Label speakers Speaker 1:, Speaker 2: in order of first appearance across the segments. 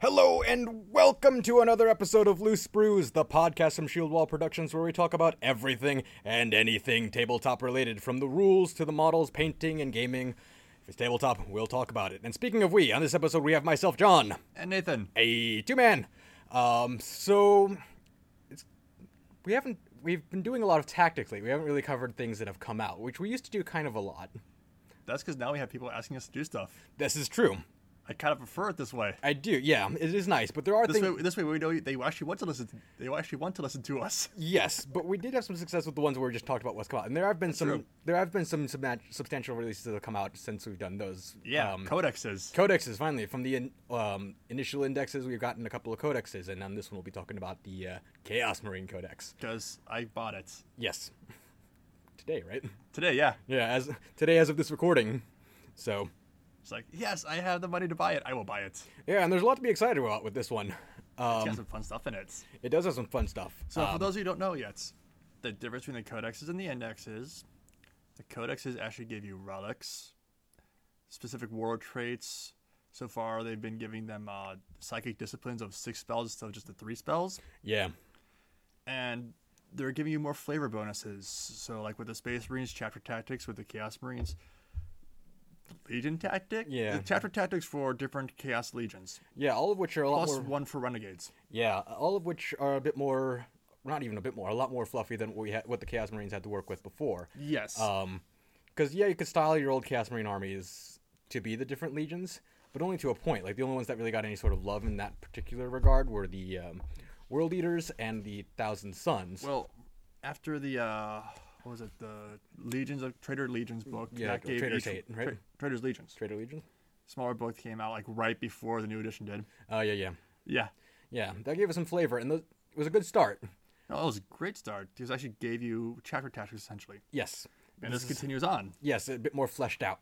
Speaker 1: Hello and welcome to another episode of Loose Brews, the podcast from Shield Wall Productions where we talk about everything and anything tabletop related, from the rules to the models, painting and gaming. If it's tabletop, we'll talk about it. And speaking of we, on this episode we have myself, John,
Speaker 2: And Nathan.
Speaker 1: a two-man. Um, so it's, we haven't we've been doing a lot of tactics lately. We haven't really covered things that have come out, which we used to do kind of a lot.
Speaker 2: That's because now we have people asking us to do stuff.
Speaker 1: This is true.
Speaker 2: I kind of prefer it this way.
Speaker 1: I do, yeah. It is nice, but there are
Speaker 2: This
Speaker 1: things.
Speaker 2: way, this way we know they actually want to listen. To, they actually want to listen to us.
Speaker 1: Yes, but we did have some success with the ones where we just talked about what's come out, and there have been some
Speaker 2: true.
Speaker 1: there have been some subna- substantial releases that have come out since we've done those.
Speaker 2: Yeah,
Speaker 1: um,
Speaker 2: codexes.
Speaker 1: codexes finally from the in, um, initial indexes we've gotten a couple of codexes, and on this one we'll be talking about the uh, Chaos Marine Codex.
Speaker 2: Because I bought it
Speaker 1: Yes, today, right?
Speaker 2: today. Yeah,
Speaker 1: Yeah, as today as of this recording. So
Speaker 2: it's like yes, I have the money to buy it. I will buy it.
Speaker 1: yeah, and there's a lot to be excited about with this one.
Speaker 2: It's
Speaker 1: Um,
Speaker 2: got some fun stuff in it.
Speaker 1: it does have some fun stuff.
Speaker 2: So for
Speaker 1: Um,
Speaker 2: those who don't know yet, the difference between the codexes and the indexes, the codexes actually give you relics, specific warlord traits. So far, they've been giving them uh, psychic disciplines of six spells instead of just the three spells.
Speaker 1: yeah,
Speaker 2: and they're giving you more flavor bonuses. So like with the Space Marines chapter tactics, with the Chaos Marines Legion tactic,
Speaker 1: Yeah.
Speaker 2: the chapter tactics for different Chaos Legions,
Speaker 1: yeah, all of which are a lot
Speaker 2: plus
Speaker 1: more
Speaker 2: one for Renegades.
Speaker 1: Yeah, all of which are a bit more, not even a bit more, a lot more fluffy than what we had, what the Chaos Marines had to work with before.
Speaker 2: Yes,
Speaker 1: Um, because yeah, you could style your old Chaos Marine armies to be the different legions, but only to a point. Like the only ones that really got any sort of love in that particular regard were the um, World Eaters and the Thousand Sons.
Speaker 2: Well, after the uh, what was it? The Legions of Trader Legions book.
Speaker 1: Yeah,
Speaker 2: that gave
Speaker 1: Trader
Speaker 2: each-
Speaker 1: Tate, right?
Speaker 2: Tra- Trader's Legions.
Speaker 1: Trader Legion.
Speaker 2: Smaller book came out like right before the new edition did.
Speaker 1: Oh yeah, yeah,
Speaker 2: Yeah.
Speaker 1: yeah. That gave us some flavor, and those, it was a good start.
Speaker 2: No, that was a great start because it actually gave you chapter tactics essentially,
Speaker 1: Yes,
Speaker 2: and this continues on.
Speaker 1: yes, a bit more fleshed out.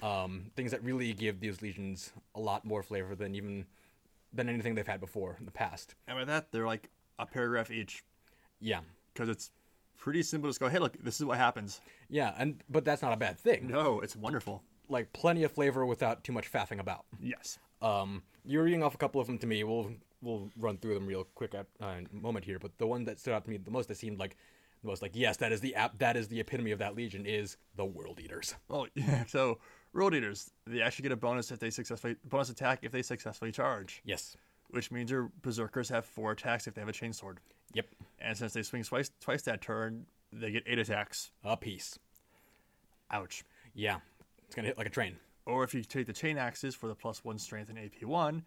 Speaker 1: Um, things that really give these legions a lot more flavor than even than anything they've had before in the past.
Speaker 2: And with that, they're like a paragraph each
Speaker 1: Yeah,
Speaker 2: because it's pretty simple to just go, hey, look, this is what happens.
Speaker 1: yeah, and but that's not a bad thing.
Speaker 2: No, it's wonderful.
Speaker 1: Like plenty of flavor without too much faffing about.
Speaker 2: Yes.
Speaker 1: Um, you're reading off a couple of them to me. We'll we'll run through them real quick at uh, in a moment here. But the one that stood out to me the most, that seemed like the most like yes, that is the app. That is the epitome of that legion is the World Eaters.
Speaker 2: Well, yeah. So, World Eaters, they actually get a bonus if they successfully bonus attack if they successfully charge,
Speaker 1: Yes.
Speaker 2: which means your berserkers have four attacks if they have a chainsword.
Speaker 1: Yep.
Speaker 2: And since they swing twice twice that turn, they get eight attacks.
Speaker 1: A piece.
Speaker 2: Ouch.
Speaker 1: Yeah. It's gonna hit like a train.
Speaker 2: Or if you take the chain axes for the plus one strength and AP one,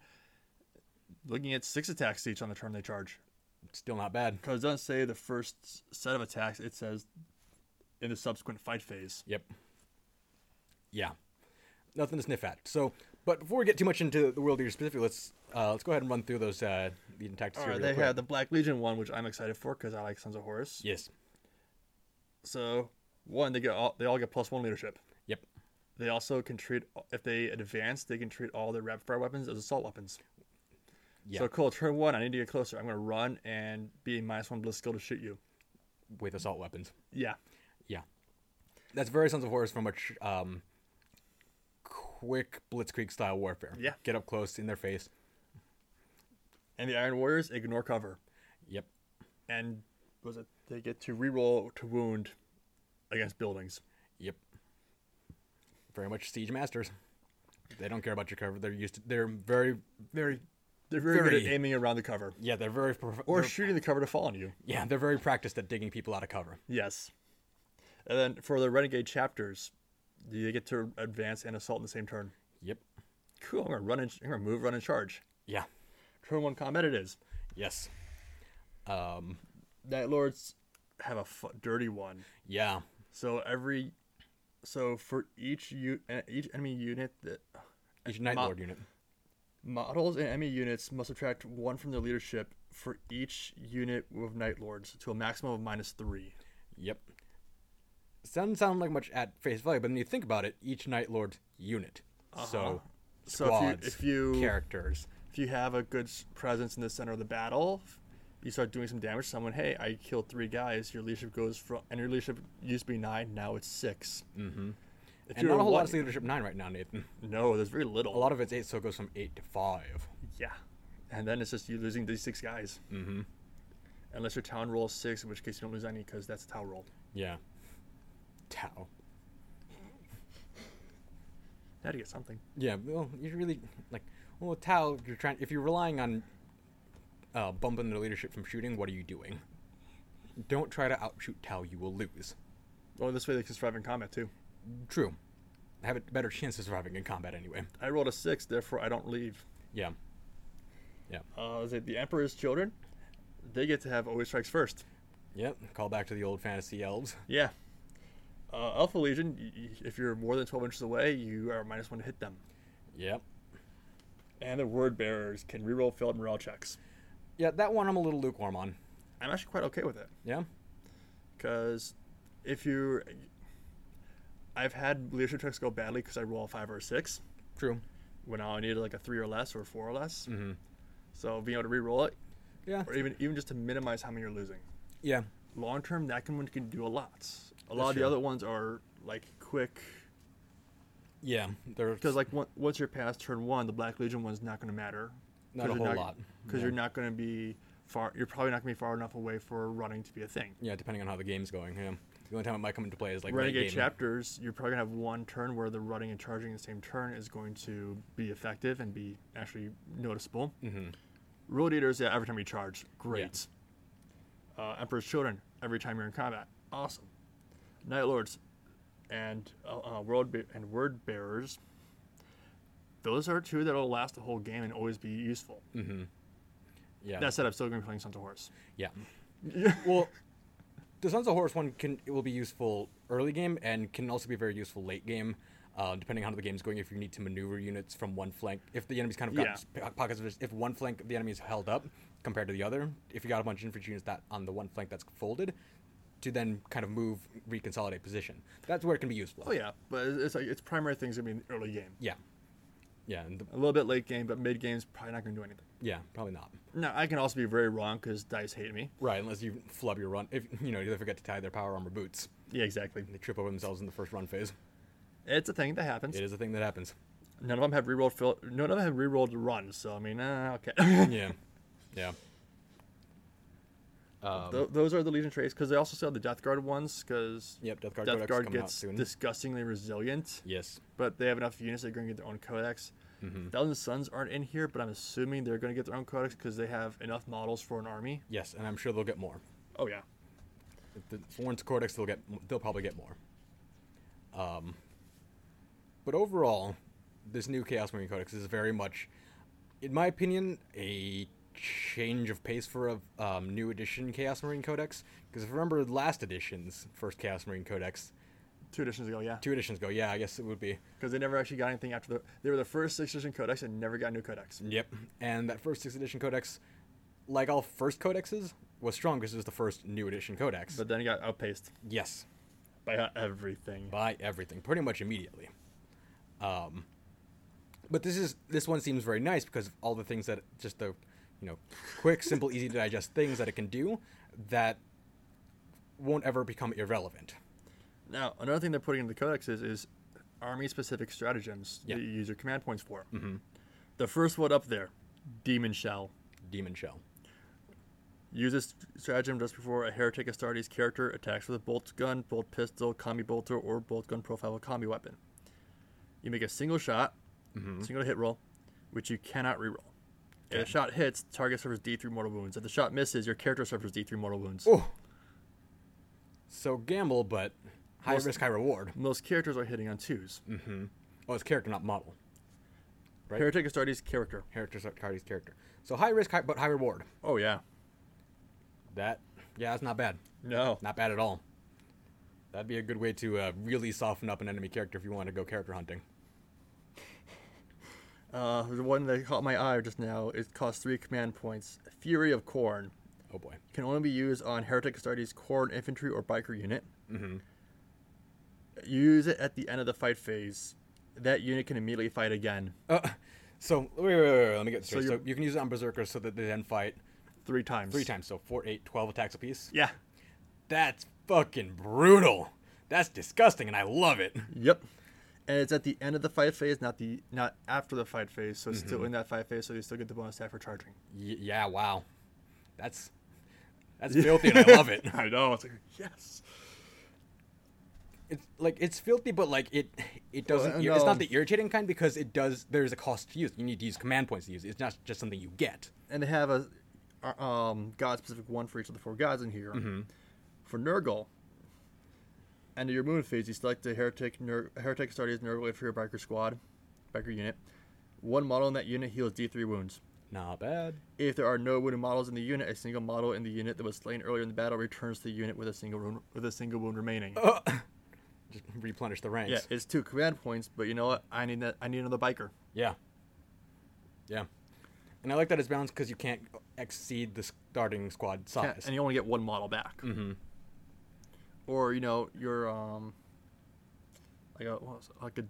Speaker 2: looking at six attacks each on the turn they charge.
Speaker 1: Still not bad.
Speaker 2: Because it doesn't say the first set of attacks; it says in the subsequent fight phase.
Speaker 1: Yep. Yeah. Nothing to sniff at. So, but before we get too much into the world leader specifically, let's uh, let's go ahead and run through those uh, leading tactics.
Speaker 2: All
Speaker 1: here
Speaker 2: right,
Speaker 1: real
Speaker 2: they
Speaker 1: quick.
Speaker 2: had the Black Legion one, which I'm excited for because I like Sons of Horus.
Speaker 1: yes.
Speaker 2: So one, they get all, they all get plus one leadership.
Speaker 1: Yep.
Speaker 2: They also can treat if they advance, they can treat all their rapid fire weapons as assault weapons.
Speaker 1: Yeah.
Speaker 2: So cool. Turn one, I need to get closer. I'm gonna run and be minus one bliss skill to shoot you.
Speaker 1: With assault weapons.
Speaker 2: Yeah,
Speaker 1: Yeah. That's very Sons of Horus for much um, quick blitzkrieg style warfare.
Speaker 2: Yeah.
Speaker 1: Get up close in their face.
Speaker 2: and the Iron Warriors ignore cover,
Speaker 1: Yep.
Speaker 2: and was it they get to reroll to wound against buildings.
Speaker 1: Yep. Very much siege masters. They don't care about your cover. They're used to. They're very, very.
Speaker 2: They're very, good
Speaker 1: Very.
Speaker 2: at aiming around the cover
Speaker 1: Yeah, they're very. Prof-
Speaker 2: or
Speaker 1: they're-
Speaker 2: shooting the cover to fall on you.
Speaker 1: yeah, they're very practiced at digging people out of cover.
Speaker 2: Yes. And then for the renegade chapters, you get to advance and assault in the same turn.
Speaker 1: Yep.
Speaker 2: Cool. I'm gonna run and I'm gonna move, run and charge.
Speaker 1: Yeah.
Speaker 2: Turn one combat it is.
Speaker 1: Yes. Um.
Speaker 2: Night lords have a f- dirty one.
Speaker 1: Yeah.
Speaker 2: So every, so for each u- eh, each enemy unit that
Speaker 1: Each Night
Speaker 2: Mo-
Speaker 1: Lord unit.
Speaker 2: models and enemy units must subtract one from their leadership for each unit with night lords to a maximum of minus three.
Speaker 1: Yep. Doesn't sound like much at face value, but when you think about it, each Night Lord unit. So.
Speaker 2: Uh-huh. So
Speaker 1: Squads,
Speaker 2: if you if you
Speaker 1: characters.
Speaker 2: if you have a good s- presence in the center of the battle, you start doing some damage. to Someone, hey, I killed three guys. Your leadership goes from, and your leadership used to be nine, now it's six. Mm-hmm. If
Speaker 1: And
Speaker 2: you're
Speaker 1: not a whole lot
Speaker 2: one-
Speaker 1: of leadership nine right now, Nathan.
Speaker 2: no, there's very little.
Speaker 1: A lot of it's eight, so it goes from eight to five.
Speaker 2: Yeah, and then it's just you losing these six guys. Mm-hmm. Unless your town rolls six, in which case you don't lose any because that's a tau roll.
Speaker 1: Yeah. Tau.
Speaker 2: Now to get something.
Speaker 1: Yeah, well, you really like well, with Tau. You're trying if you're relying on uh, bumping their leadership from shooting. What are you doing? Don't try to outshoot Tau. You will lose.
Speaker 2: Oh, this way they can survive in combat too.
Speaker 1: True. Have a better chance of surviving in combat anyway.
Speaker 2: I rolled a six, therefore I don't leave.
Speaker 1: Yeah. Yeah.
Speaker 2: Uh, is it the Emperor's children? They get to have always strikes first.
Speaker 1: Yep. Call back to the old fantasy elves.
Speaker 2: Yeah. Uh, Alpha Legion, y- y- if you're more than 12 inches away, you are minus one to hit them.
Speaker 1: Yep.
Speaker 2: And the word bearers can reroll failed morale checks.
Speaker 1: Yeah, that one I'm a little lukewarm on.
Speaker 2: I'm actually quite okay with it.
Speaker 1: Yeah.
Speaker 2: Because if you. I've had leadership checks go badly because I roll a five or a six
Speaker 1: True.
Speaker 2: when I needed like a three or less or a four or less. Mm-hmm. So being able to reroll it,
Speaker 1: Yeah.
Speaker 2: or even even just to minimize how many you're losing.
Speaker 1: Yeah.
Speaker 2: long term that can can do a lot. A lot of the
Speaker 1: true.
Speaker 2: other ones are like quick
Speaker 1: Yeah. They're
Speaker 2: because like on- once you're past turn one, the Black Legion one's not going to matter.
Speaker 1: Not a whole lot.
Speaker 2: because you're not going to be far. You're probably not going to be far enough away for running to be a thing.
Speaker 1: yeah, depending on how the game's going. Yeah. The only time it might come into play is like late
Speaker 2: Renegade
Speaker 1: game.
Speaker 2: chapters, you're probably going to have one turn where the running and charging in the same turn is going to be effective and be actually noticeable. Mm-hmm. Road Eaters, yeah, every time you charge, great. Uh, Emperor's Children, every time you're in combat, awesome. Night Lords, and uh, uh, World Be- and Word Bearers, those are two that'll last the whole game and always be useful.
Speaker 1: Yeah.
Speaker 2: That said, I'm still going to be playing Sons of Horse.
Speaker 1: Yeah. Well, the Sons of Horus one can it will be useful early game and can also be very useful late game, uh, depending on how the game's going. If you need to maneuver units from one flank, if the enemy's kind of got
Speaker 2: Yeah.
Speaker 1: sp- pockets of his- if one flank of the enemy is held up compared to the other, if you got a bunch of infantry units that on the one flank that's folded, to then kind of move reconsolidate position. That's where it can be useful.
Speaker 2: Oh yeah, but it's it's like its primary thing's going to be in the early game.
Speaker 1: Yeah. Yeah. And the,
Speaker 2: A little bit late game, but mid game's probably not going to do anything.
Speaker 1: yeah. Probably not.
Speaker 2: Now, I can also be very wrong because dice hate me.
Speaker 1: Right, unless you flub your run. If you know, they forget to tie their power armor boots,
Speaker 2: Yeah, exactly.
Speaker 1: they trip over themselves in the first run phase.
Speaker 2: It's a thing that happens.
Speaker 1: It is a thing that happens.
Speaker 2: None of them have rerolled. Fil- none of them have rerolled runs. So I mean, uh, okay.
Speaker 1: Yeah, yeah. Um,
Speaker 2: Th- those are the Legion traits because they also sell the Death Guard ones because
Speaker 1: Yep, Death Guard
Speaker 2: Death
Speaker 1: Codex
Speaker 2: Guard
Speaker 1: coming out
Speaker 2: gets
Speaker 1: soon.
Speaker 2: disgustingly resilient,
Speaker 1: Yes.
Speaker 2: but they have enough units they're going to get their own codex.
Speaker 1: Mm-hmm.
Speaker 2: Thousand Sons aren't in here, but I'm assuming they're going to get their own codex because they have enough models for an army.
Speaker 1: Yes, and I'm sure they'll get more.
Speaker 2: Oh yeah,
Speaker 1: If the Florence Codex, they'll get. They'll probably get more. Um. But overall, this new Chaos Marine Codex is very much, in my opinion, a change of pace for a um, new edition Chaos Marine Codex. Because if you remember last edition's first Chaos Marine Codex,
Speaker 2: two editions ago, yeah,
Speaker 1: two editions ago, yeah, I guess it would be.
Speaker 2: because they never actually got anything after the. They were the first six edition codex and never got a new codex.
Speaker 1: Yep. And that first sixth edition codex, like all first codexes, was strong because it was the first new edition codex.
Speaker 2: But then it got outpaced
Speaker 1: yes,
Speaker 2: by uh, everything.
Speaker 1: buy everything pretty much immediately. Um, but this is this one seems very nice because of all the things that just the you know quick, simple, easy to digest things that it can do that won't ever become irrelevant.
Speaker 2: Now, another thing they're putting in the codex is, is army specific stratagems
Speaker 1: Yeah.
Speaker 2: that you use your command points for. Mm-hmm. The first one up there, Demon Shell.
Speaker 1: Demon shell.
Speaker 2: Use this stratagem just before a heretic Astartes character attacks with a bolt gun, bolt pistol, combi bolter, or bolt gun profile with combi weapon. You make a single shot, single hit roll, which you cannot reroll. If a shot hits, target suffers D3 mortal wounds. If the shot misses, your character suffers D3 mortal wounds.
Speaker 1: Oh. So gamble, but high
Speaker 2: Most-
Speaker 1: risk, high reward.
Speaker 2: Most characters are hitting on twos.
Speaker 1: Oh, it's character, not model. right.
Speaker 2: Heretic Astartes character.
Speaker 1: Character, Cardi's character. So high risk, high, but high reward.
Speaker 2: Oh, yeah.
Speaker 1: That, yeah, that's not bad.
Speaker 2: No.
Speaker 1: Not bad at all. That'd be a good way to uh, really soften up an enemy character if you want to go character hunting.
Speaker 2: Uh, the one that caught my eye just now, it costs three command points. Fury of Corn
Speaker 1: Oh boy.
Speaker 2: can only be used on Heretic Astartes Corn Infantry or Biker unit. Mm-hmm. Use it at the end of the fight phase. That unit can immediately fight again
Speaker 1: Oh. Uh, So wait, wait, wait, wait, let me get this
Speaker 2: So
Speaker 1: straight. So,
Speaker 2: you're-
Speaker 1: you can use it on berserkers so that they then fight
Speaker 2: three times.
Speaker 1: three times. So four, eight, twelve attacks apiece.
Speaker 2: Yeah.
Speaker 1: That's fucking brutal. That's disgusting, and I love it.
Speaker 2: Yep. and it's at the end of the fight phase, not the not after the fight phase. So it's still in that fight phase, so you still get the bonus attack for charging.
Speaker 1: Y- yeah, wow. That's that's filthy and I love it.
Speaker 2: I know. It's like yes.
Speaker 1: It's like it's filthy but like it it doesn't
Speaker 2: Well, uh,
Speaker 1: it's
Speaker 2: no.
Speaker 1: not the irritating kind because it does there's a cost to use. You need to use command points to use. it. It's not just something you get.
Speaker 2: and they have a uh, um, god specific one for each of the four gods in here. For Nurgle, end of your moon phase, you select a heretic, Nur- heretic Astartes Nurgle for your biker squad, biker unit. One model in that unit heals D3 wounds.
Speaker 1: Not bad.
Speaker 2: If there are no wounded models in the unit, a single model in the unit that was slain earlier in the battle returns to the unit with a single wound, with a single wound remaining.
Speaker 1: Oh, Just replenish the ranks.
Speaker 2: Uh. yeah, it's two command points, but you know what? I need that. I need another biker.
Speaker 1: Yeah. Yeah. And I like that it's balanced because you can't exceed the starting squad
Speaker 2: Yeah,
Speaker 1: size.
Speaker 2: and you only get one model back. Mm-hmm. Or you know your um, like a what was it, like a uh,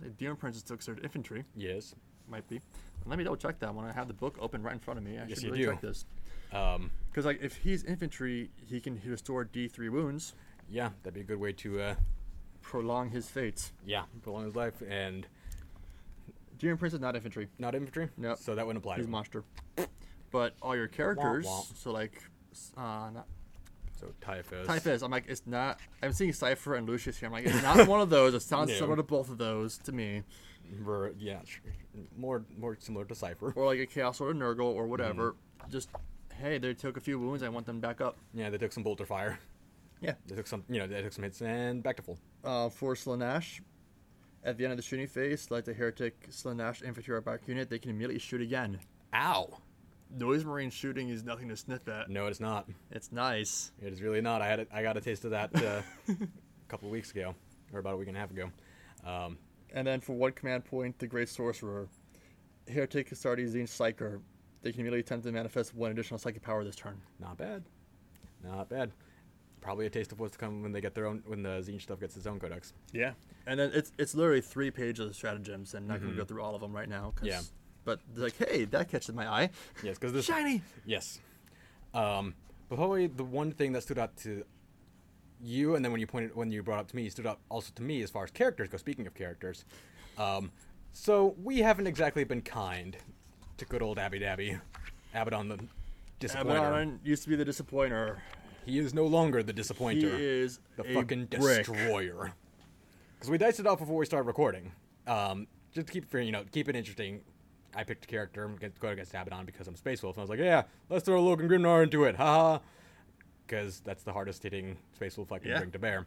Speaker 2: was it Demon Princess took their infantry
Speaker 1: yes.
Speaker 2: might be. Let me double check that one. I have the book open right in front of me. I
Speaker 1: Yes,
Speaker 2: should
Speaker 1: you
Speaker 2: really
Speaker 1: do.
Speaker 2: check this
Speaker 1: Um,
Speaker 2: because like if he's infantry, he can restore D three wounds,
Speaker 1: yeah, that'd be a good way to, uh,
Speaker 2: prolong his fates.
Speaker 1: yeah, prolong his life and
Speaker 2: Demon Prince is not infantry.
Speaker 1: not infantry.
Speaker 2: Nope.
Speaker 1: So that wouldn't apply. To
Speaker 2: He's a
Speaker 1: him.
Speaker 2: monster. But all your characters,
Speaker 1: womp.
Speaker 2: so like, s- uh, not
Speaker 1: So Typhus.
Speaker 2: Typhus. I'm like, it's not. I'm seeing Cipher and Lucius here. I'm like, it's not one of those. It sounds
Speaker 1: No.
Speaker 2: similar to both of those to me.
Speaker 1: Ver- yeah, sh- more more similar to Cipher.
Speaker 2: or like a chaos or a Nurgle or whatever. Just hey, they took a few wounds. I want them back up.
Speaker 1: Yeah, they took some bolter fire.
Speaker 2: Yeah.
Speaker 1: They took some, you know, they took some hits and back to full.
Speaker 2: Uh, for Slanesh, at the end of the shooting phase, select a heretic Slanesh infantry or back unit. They can immediately shoot again.
Speaker 1: Ow!
Speaker 2: Noise marine shooting is nothing to sniff at.
Speaker 1: No, it's not.
Speaker 2: It's nice.
Speaker 1: It is really not. I had a, I got a taste of that uh, a couple of weeks ago, or about a week and a half ago. Um,
Speaker 2: And then for one command point, the Great Sorcerer, heretic Astartes Zine Psyker. They can immediately attempt to manifest one additional psychic power this turn.
Speaker 1: Not bad. Not bad. Probably a taste of what's to come when they get their own when the zine stuff gets its own codex.
Speaker 2: Yeah. And then it's it's literally three pages of stratagems, and I'm not going to go through all of them right now. 'cause-
Speaker 1: Mm-hmm. Yeah.
Speaker 2: But like, hey, that catches my eye.
Speaker 1: Yes, because this
Speaker 2: Shiny.
Speaker 1: Yes. Um, but probably the one thing that stood out to you, and then when you pointed when you brought up to me, stood out also to me as far as characters go. Speaking of characters, um, so we haven't exactly been kind to good old Abby Dabby, Abaddon the disappointer.
Speaker 2: Abaddon used to be the disappointer.
Speaker 1: He is no longer the
Speaker 2: He
Speaker 1: disappointer.
Speaker 2: is
Speaker 1: the
Speaker 2: a
Speaker 1: fucking
Speaker 2: brick.
Speaker 1: destroyer. Because we diced it off before we started recording. Um, just to keep you know keep it interesting. I picked a character and go against Abaddon because I'm Space Wolf, and I was like, yeah, let's throw Logan Grimnar into it, haha. Because that's the hardest hitting Space Wolf I can
Speaker 2: Yeah.
Speaker 1: bring to bear.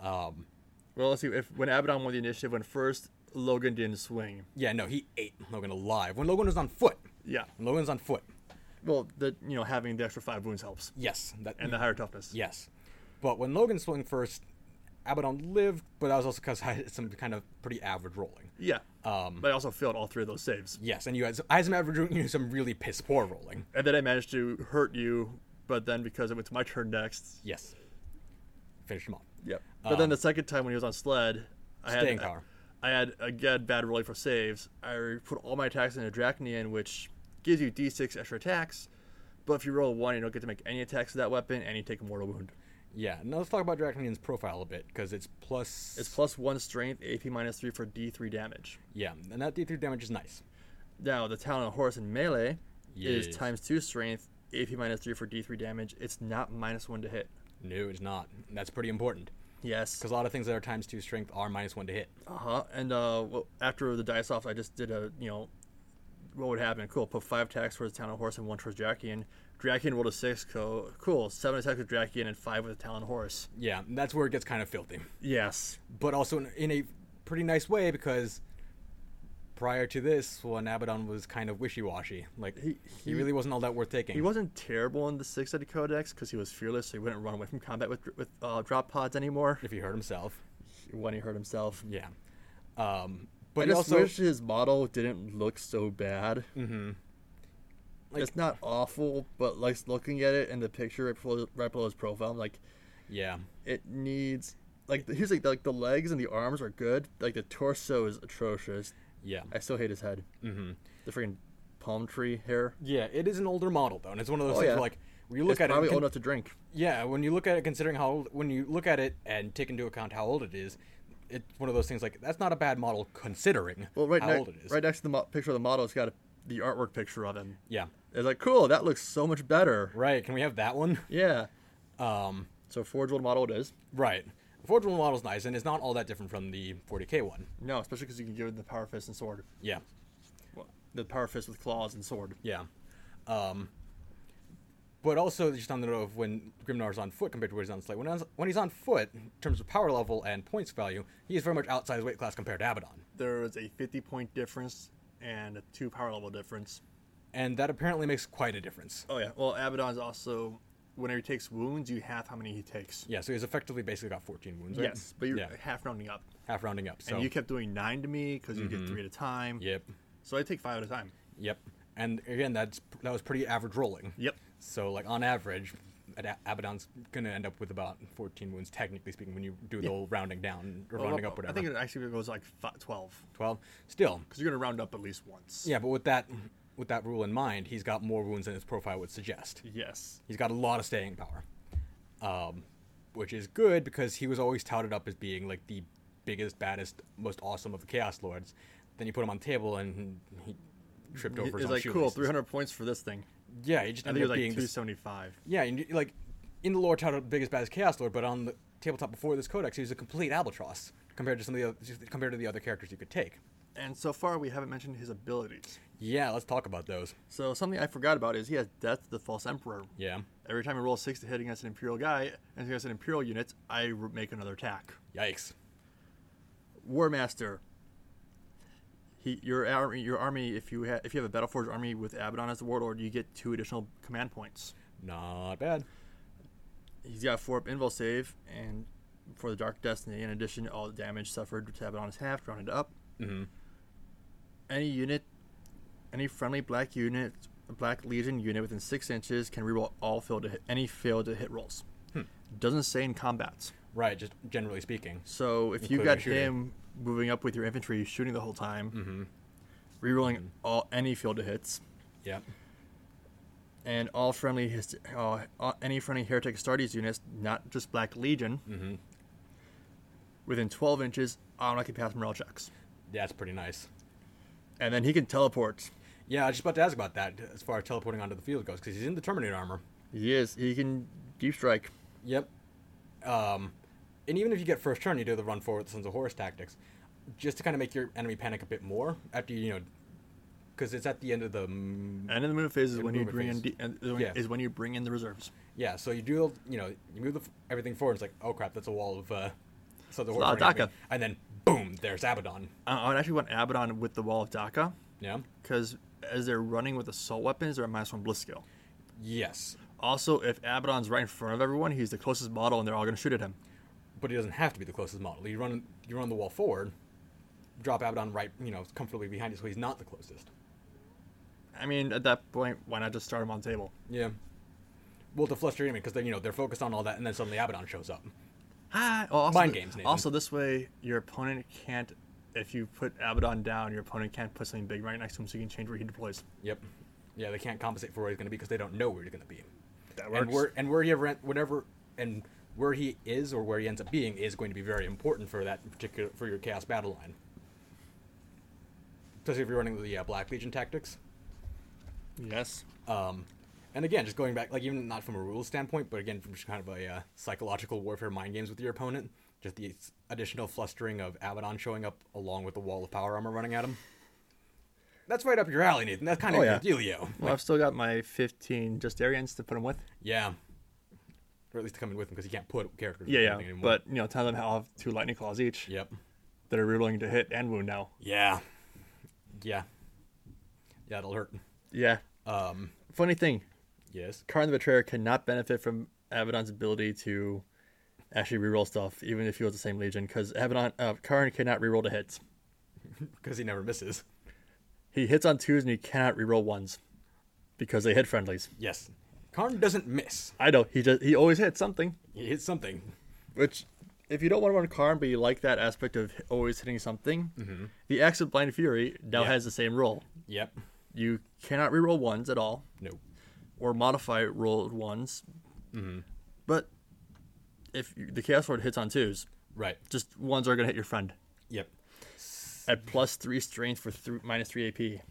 Speaker 1: Um,
Speaker 2: Well, let's see. If when Abaddon won the initiative, when first Logan didn't swing.
Speaker 1: yeah, no, he ate Logan alive when Logan was on foot.
Speaker 2: Yeah.
Speaker 1: When Logan's on foot,
Speaker 2: Well, the you know having the extra five wounds helps,
Speaker 1: yes, that
Speaker 2: and the higher toughness.
Speaker 1: Yes. But when Logan swung first, Abaddon lived, but that was also because I had some kind of pretty average rolling.
Speaker 2: Yeah. Um, but I also failed all three of those saves,
Speaker 1: Yes, and you had I had some average rolling, you had some really piss poor rolling.
Speaker 2: and then I managed to hurt you. But then because it went to my turn next.
Speaker 1: Yes. Finish him off.
Speaker 2: Yep. But then the second time when he was on sled, I had
Speaker 1: Um, Staying power.
Speaker 2: I had again bad rolling for saves. I put all my attacks into Dracnian, which gives you D6 extra attacks. But if you roll one, you don't get to make any attacks with that weapon, and you take a mortal wound.
Speaker 1: Yeah. Now let's talk about Draconian's profile a bit because it's plus.
Speaker 2: It's plus one strength, AP minus three for D3 damage.
Speaker 1: yeah, and that D3 damage is nice.
Speaker 2: Now the talent of horse in melee
Speaker 1: Yes.
Speaker 2: is times two strength, AP minus three for D3 damage. It's not minus one to hit.
Speaker 1: No, it's not. That's pretty important
Speaker 2: Yes.
Speaker 1: because a lot of things that are times two strength are minus one to hit.
Speaker 2: Uh huh. And uh, well, after the dice off, I just did a you know, what would happen? Cool. Put five attacks towards Talon Horse and one towards Drakian. Drakian rolled a six. Co- cool. Seven attacks with Drakian and five with Talon Horse.
Speaker 1: Yeah, and that's where it gets kind of filthy.
Speaker 2: Yes.
Speaker 1: but also in, in a pretty nice way because prior to this, when Abaddon was kind of wishy-washy, like he,
Speaker 2: he-
Speaker 1: really wasn't all that worth taking.
Speaker 2: He wasn't terrible in the six-sided codex because he was fearless, so he wouldn't run away from combat with with uh, drop pods anymore.
Speaker 1: if he hurt himself,
Speaker 2: When he hurt himself,
Speaker 1: yeah. Um,
Speaker 2: I
Speaker 1: but he
Speaker 2: just
Speaker 1: also,
Speaker 2: wish his model didn't look so bad. Mm-hmm.
Speaker 1: Like-
Speaker 2: it's not awful, but like looking at it in the picture right below, right below his profile, I'm like,
Speaker 1: yeah,
Speaker 2: it needs like the- here's like the, like the legs and the arms are good. Like the torso is atrocious.
Speaker 1: yeah,
Speaker 2: I still hate his head. Mm-hmm. The freaking palm tree hair.
Speaker 1: yeah. It is an older model though, and it's one of those
Speaker 2: Oh,
Speaker 1: things
Speaker 2: yeah.
Speaker 1: where, like when you look
Speaker 2: it's
Speaker 1: at it,
Speaker 2: probably
Speaker 1: con-
Speaker 2: old enough to drink.
Speaker 1: yeah, when you look at it, considering how old, when you look at it and take into account how old it is, it's one of those things like that's not a bad model considering
Speaker 2: Well, right,
Speaker 1: how
Speaker 2: next,
Speaker 1: old it is.
Speaker 2: right next to the mo- picture of the model, it's got a, the artwork picture of him.
Speaker 1: Yeah,
Speaker 2: It's like, cool, that looks so much better.
Speaker 1: right. Can we have that one?
Speaker 2: Yeah.
Speaker 1: Um,
Speaker 2: So forge world model it is.
Speaker 1: right. The Forge World model's nice and it's not all that different from the 40k one.
Speaker 2: No, especially because you can give it the power fist and sword.
Speaker 1: Yeah,
Speaker 2: Well, the power fist with claws and sword.
Speaker 1: yeah. Um, but also just on the note of when Grimnar's on foot compared to when he's on Slate. When, he's- when he's on foot, in terms of power level and points value, he is very much outside his weight class compared to Abaddon.
Speaker 2: There is a 50 point difference and a two power level difference.
Speaker 1: and that apparently makes quite a difference.
Speaker 2: Oh yeah. Well, Abaddon's also whenever he takes wounds, you half how many he takes.
Speaker 1: Yeah, so he's effectively basically got 14 wounds. Right?
Speaker 2: Yes, but you're
Speaker 1: yeah,
Speaker 2: half rounding up,
Speaker 1: half rounding up. So Mm-hmm.
Speaker 2: and you kept doing nine to me because you get three at a time.
Speaker 1: yep,
Speaker 2: So I take five at a time.
Speaker 1: yep, and again that's that was pretty average rolling.
Speaker 2: Yep.
Speaker 1: So like on average, Ad- Abaddon's gonna end up with about 14 wounds technically speaking when you do the whole rounding down or rounding up
Speaker 2: Well,
Speaker 1: whatever.
Speaker 2: I think it actually goes like fi- twelve
Speaker 1: 12. Still,
Speaker 2: because you're gonna round up at least once.
Speaker 1: yeah, but with that with that rule in mind, he's got more wounds than his profile would suggest.
Speaker 2: Yes.
Speaker 1: He's got a lot of staying power, um, which is good because he was always touted up as being like the biggest, baddest, most awesome of the Chaos Lords. Then you put him on the table and he tripped over. his
Speaker 2: It's
Speaker 1: own
Speaker 2: like cool,
Speaker 1: shoelaces.
Speaker 2: 300 points for this thing.
Speaker 1: Yeah, he just
Speaker 2: I think
Speaker 1: ended
Speaker 2: it
Speaker 1: up
Speaker 2: was like
Speaker 1: being this,
Speaker 2: 275.
Speaker 1: yeah, and, you- like in the lore touted up biggest, baddest Chaos Lord, but on the tabletop before this codex, he was a complete albatross compared to some of the other, compared to the other characters you could take.
Speaker 2: And so far, we haven't mentioned his abilities.
Speaker 1: Yeah, let's talk about those.
Speaker 2: So something I forgot about is he has Death to the False Emperor.
Speaker 1: Yeah,
Speaker 2: Every time I roll six to hit against an Imperial guy and against an Imperial unit, I r- make another attack.
Speaker 1: yikes.
Speaker 2: War Master. He, your army, your army. If you ha- if you have a Battleforge army with Abaddon as the warlord, you get two additional command points.
Speaker 1: Not bad.
Speaker 2: He's got four up invul save and for the Dark Destiny. In addition, to all the damage suffered to Abaddon is half rounded up.
Speaker 1: Mm-hmm.
Speaker 2: Any unit, any friendly black unit, black legion unit within six inches can reroll all failed to hit, any failed to hit rolls. Doesn't say in combats.
Speaker 1: Right, just generally speaking.
Speaker 2: So if you
Speaker 1: Including
Speaker 2: got
Speaker 1: shooting.
Speaker 2: him moving up with your infantry, shooting the whole time,
Speaker 1: Mm-hmm.
Speaker 2: rerolling all any field to hits,
Speaker 1: Yeah.
Speaker 2: and all friendly his, uh, uh, any friendly heretic Astartes units, not just Black Legion,
Speaker 1: Mm-hmm.
Speaker 2: within 12 inches, automatically pass morale checks,
Speaker 1: That's pretty nice.
Speaker 2: and then he can teleport.
Speaker 1: Yeah, I was just about to ask about that as far as teleporting onto the field goes, because he's in the Terminator armor.
Speaker 2: He is. He can deep strike.
Speaker 1: Yep. Um, and even if you get first turn, you do the run forward with Sons of Horus tactics, just to kind of make your enemy panic a bit more after you, you know, because it's at the end of the. m-
Speaker 2: And in the move phase is when you
Speaker 1: movement
Speaker 2: bring in
Speaker 1: phase.
Speaker 2: de- and is when-
Speaker 1: Yeah.
Speaker 2: is when you bring in the reserves.
Speaker 1: Yeah, so you do, you know, you move the, f- everything forward. It's like, oh crap, that's a wall of uh, Sons of
Speaker 2: a lot
Speaker 1: Horus.
Speaker 2: of
Speaker 1: running at
Speaker 2: Daca.
Speaker 1: me. And then, boom, there's Abaddon.
Speaker 2: Uh, I would actually want Abaddon with the Wall of Daka
Speaker 1: Yeah.
Speaker 2: because as they're running with assault weapons, they're at minus one blitz skill.
Speaker 1: Yes,
Speaker 2: Also, if Abaddon's right in front of everyone, he's the closest model, and they're all going to shoot at him.
Speaker 1: but he doesn't have to be the closest model. You run, you run the wall forward, drop Abaddon right, you know, comfortably behind you, so he's not the closest.
Speaker 2: I mean, at that point, why not just start him on the table?
Speaker 1: Yeah. Well, to fluster him because they you know they're focused on all that, and then suddenly Abaddon shows up.
Speaker 2: Hi. Oh, also,
Speaker 1: Mind games, Nathan.
Speaker 2: Also, this way, your opponent can't. If you put Abaddon down, your opponent can't put something big right next to him, so you can change where he deploys.
Speaker 1: Yep. Yeah, they can't compensate for where he's going to be because they don't know where he's going to be.
Speaker 2: That
Speaker 1: And where and where he ever whatever and where he is or where he ends up being is going to be very important for that particular for your chaos battle line. Especially if you're running the uh, Black Legion tactics.
Speaker 2: Yes.
Speaker 1: Um, and again, just going back, like even not from a rules standpoint, but again from just kind of a uh, psychological warfare, mind games with your opponent. Just the s- additional flustering of Abaddon showing up along with the wall of power armor running at him. That's right up your alley, Nathan. That's kind of
Speaker 2: Oh, yeah.
Speaker 1: your dealio.
Speaker 2: Well, I've still got my 15 just Arians to put him with.
Speaker 1: Yeah. Or at least to come in with him because you can't put characters.
Speaker 2: Yeah,
Speaker 1: with
Speaker 2: yeah.
Speaker 1: anything anymore.
Speaker 2: But you know, tell them how I'll have two lightning claws each
Speaker 1: Yep.
Speaker 2: that are rolling to hit and wound now.
Speaker 1: Yeah. Yeah. Yeah, it'll hurt.
Speaker 2: Yeah.
Speaker 1: Um.
Speaker 2: Funny thing,
Speaker 1: Yes.
Speaker 2: Karn the Betrayer cannot benefit from Abaddon's ability to actually reroll stuff, even if he was the same Legion, because Abaddon uh, Karn cannot reroll to hits.
Speaker 1: Because he never misses.
Speaker 2: He hits on twos and he cannot reroll ones because they hit friendlies.
Speaker 1: Yes. Karn doesn't miss.
Speaker 2: I know he just he always hits something.
Speaker 1: He hits something.
Speaker 2: Which, if you don't want to run Karn, but you like that aspect of hi- always hitting something, the Axe of Blind Fury now
Speaker 1: Yeah.
Speaker 2: has the same rule.
Speaker 1: Yep.
Speaker 2: You cannot reroll ones at all,
Speaker 1: Nope.
Speaker 2: or modify rolled ones. But if you, the Chaos Lord hits on twos,
Speaker 1: Right.
Speaker 2: Just ones that are gonna hit your friend
Speaker 1: Yep.
Speaker 2: at plus three strength for three, minus three AP.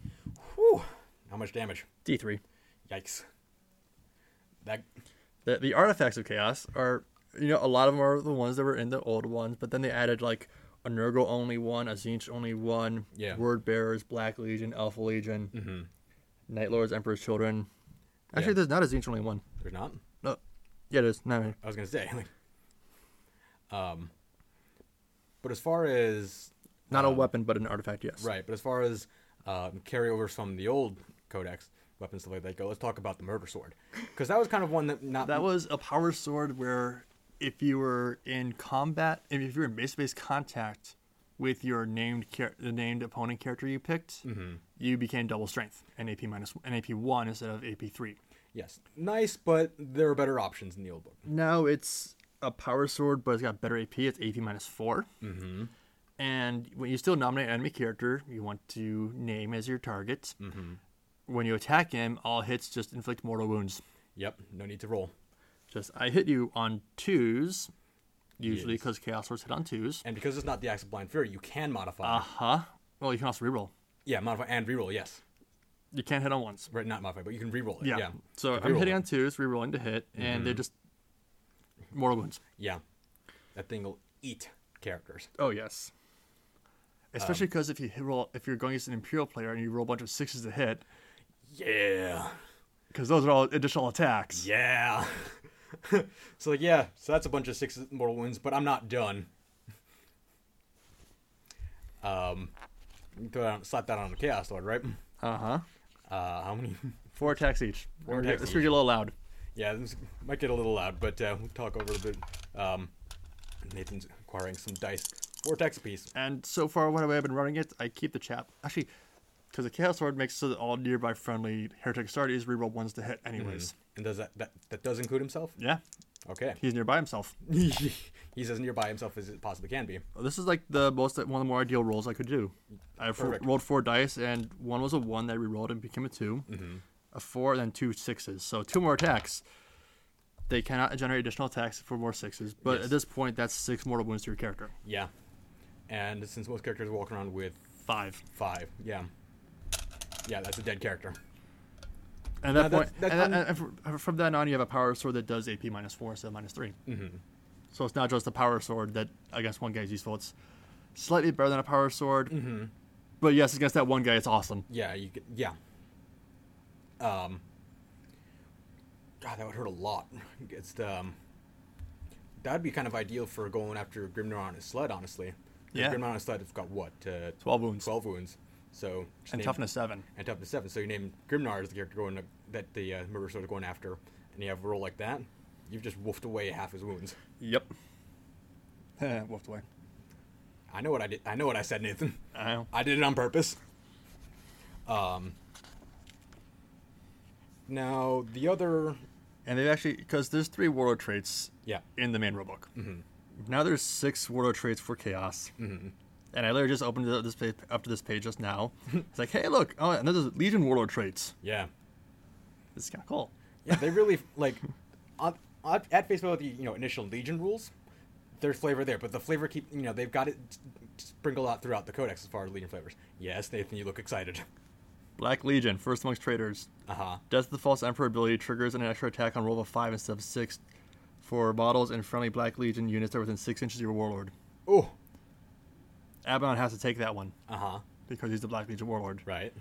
Speaker 1: Whew. How much damage?
Speaker 2: D three.
Speaker 1: Yikes. That
Speaker 2: The the artifacts of chaos are you know a lot of them are the ones that were in the old ones, but then they added like a Nurgle only one, a Zinch only one,
Speaker 1: Yeah.
Speaker 2: Word Bearers, Black Legion, Alpha Legion, Night Lords, Emperor's Children. Actually,
Speaker 1: Mm-hmm. Yeah.
Speaker 2: there's not a Zinch only one.
Speaker 1: there's not.
Speaker 2: No, yeah, there's not. Many.
Speaker 1: I was gonna say. Like, um. But as far as
Speaker 2: Not
Speaker 1: Um,
Speaker 2: a weapon, but an artifact. Yes.
Speaker 1: Right, but as far as um, carryovers from the old codex weapons stuff like that go, let's talk about the murder sword because that was kind of one that not
Speaker 2: That was a power sword where if you were in combat, if you were in base-to-base contact with your named char- the named opponent character you picked, you became double strength and AP minus and AP one instead of AP three.
Speaker 1: yes nice, but there are better options in the old book.
Speaker 2: Now it's a power sword, but it's got better AP. It's AP minus four. And when you still nominate an enemy character, you want to name as your target. When you attack him, all hits just inflict mortal wounds.
Speaker 1: Yep, no need to roll.
Speaker 2: Just I hit you on twos, usually because chaos swords hit on twos.
Speaker 1: And because it's not the axe of blind fury, you can modify.
Speaker 2: Uh huh. Well, you can also reroll.
Speaker 1: yeah, modify and reroll. Yes,
Speaker 2: You can't hit on ones.
Speaker 1: right, not modify, but you can reroll it. Yeah, yeah.
Speaker 2: So
Speaker 1: You can
Speaker 2: I'm
Speaker 1: reroll Mm-hmm.
Speaker 2: hitting
Speaker 1: it.
Speaker 2: on twos, rerolling to hit, and they just mortal wounds.
Speaker 1: Yeah, that thing will eat characters.
Speaker 2: Oh yes.
Speaker 1: Um,
Speaker 2: Especially because if you hit roll, if you're going against an imperial player and you roll a bunch of sixes to hit,
Speaker 1: Yeah,
Speaker 2: because those are all additional attacks.
Speaker 1: yeah. so like, yeah, so that's a bunch of six mortal wounds, but I'm not done. Um, you throw that- slap that on the chaos lord, right?
Speaker 2: Uh huh.
Speaker 1: Uh, how many?
Speaker 2: Four attacks each.
Speaker 1: Four
Speaker 2: We're
Speaker 1: attacks
Speaker 2: gonna- This could get a little loud.
Speaker 1: yeah, this might get a little loud, but uh, we'll talk over a bit. Um, Nathan's acquiring some dice. Four attacks apiece.
Speaker 2: And so far, what I've been running it, I keep the chap. Actually, because the chaos sword makes so that all nearby friendly heretic starties reroll ones to hit anyways.
Speaker 1: And does that that, that does include himself?
Speaker 2: Yeah,
Speaker 1: Okay.
Speaker 2: he's nearby himself.
Speaker 1: He's as nearby himself as it possibly can be.
Speaker 2: This is like the most one of the more ideal rolls I could do. I f-
Speaker 1: Perfect.
Speaker 2: rolled four dice, and one was a one that I rerolled and became a 2
Speaker 1: Mm-hmm.
Speaker 2: a four, and then two sixes. So two more attacks. They cannot generate additional attacks for more sixes, but
Speaker 1: Yes.
Speaker 2: at this point, that's six mortal wounds to your character.
Speaker 1: Yeah. And since most characters walk around with
Speaker 2: Five,
Speaker 1: five, yeah, yeah, that's a dead character.
Speaker 2: and at that
Speaker 1: Now, that's-
Speaker 2: point,
Speaker 1: that's
Speaker 2: and,
Speaker 1: un-
Speaker 2: that- and fr- and from then on, you have a power sword that does AP minus four instead of minus three. So it's not just the power sword that against one guy is useful. It's slightly better than a power sword, but yes, against that one guy, it's awesome.
Speaker 1: Yeah, you could, yeah. Um, God, that would hurt a lot. It's um, that'd be kind of ideal for going after Grimnir on his sled, honestly. 'Cause
Speaker 2: Yeah.
Speaker 1: Grimnir on his sled has got what? Uh,
Speaker 2: 12 wounds.
Speaker 1: Twelve wounds. So just
Speaker 2: and
Speaker 1: name-
Speaker 2: toughness seven.
Speaker 1: And toughness seven. So you name Grimnar as the character going that the uh, murder sword is going after, and you have a roll like that. You've just woofed away half his wounds.
Speaker 2: Yep. Wolfed away.
Speaker 1: I know what I did. I know what I said, Nathan.
Speaker 2: I know.
Speaker 1: I did it on purpose. Um. Now the other,
Speaker 2: And they actually, because there's three warlord traits
Speaker 1: yeah,
Speaker 2: in the main rulebook. Now there's six warlord traits for chaos. And I literally just opened it up, this page, up to this page just now. it's like, hey, look, oh, and there's legion warlord traits.
Speaker 1: yeah,
Speaker 2: This is kind of cool.
Speaker 1: yeah. They really like on, on, at face value, the you know initial Legion rules. There's flavor there, but the flavor keep you know they've got it s- sprinkled out throughout the codex as far as Legion flavors. Yes, Nathan, you look excited.
Speaker 2: Black Legion, first amongst traitors.
Speaker 1: Uh huh.
Speaker 2: Death of the False Emperor ability triggers an extra attack on roll of five instead of six for models and friendly Black Legion units that are within six inches of your warlord.
Speaker 1: Oh.
Speaker 2: Abaddon has to take that one
Speaker 1: Uh huh.
Speaker 2: because he's the Black Legion warlord.
Speaker 1: Right.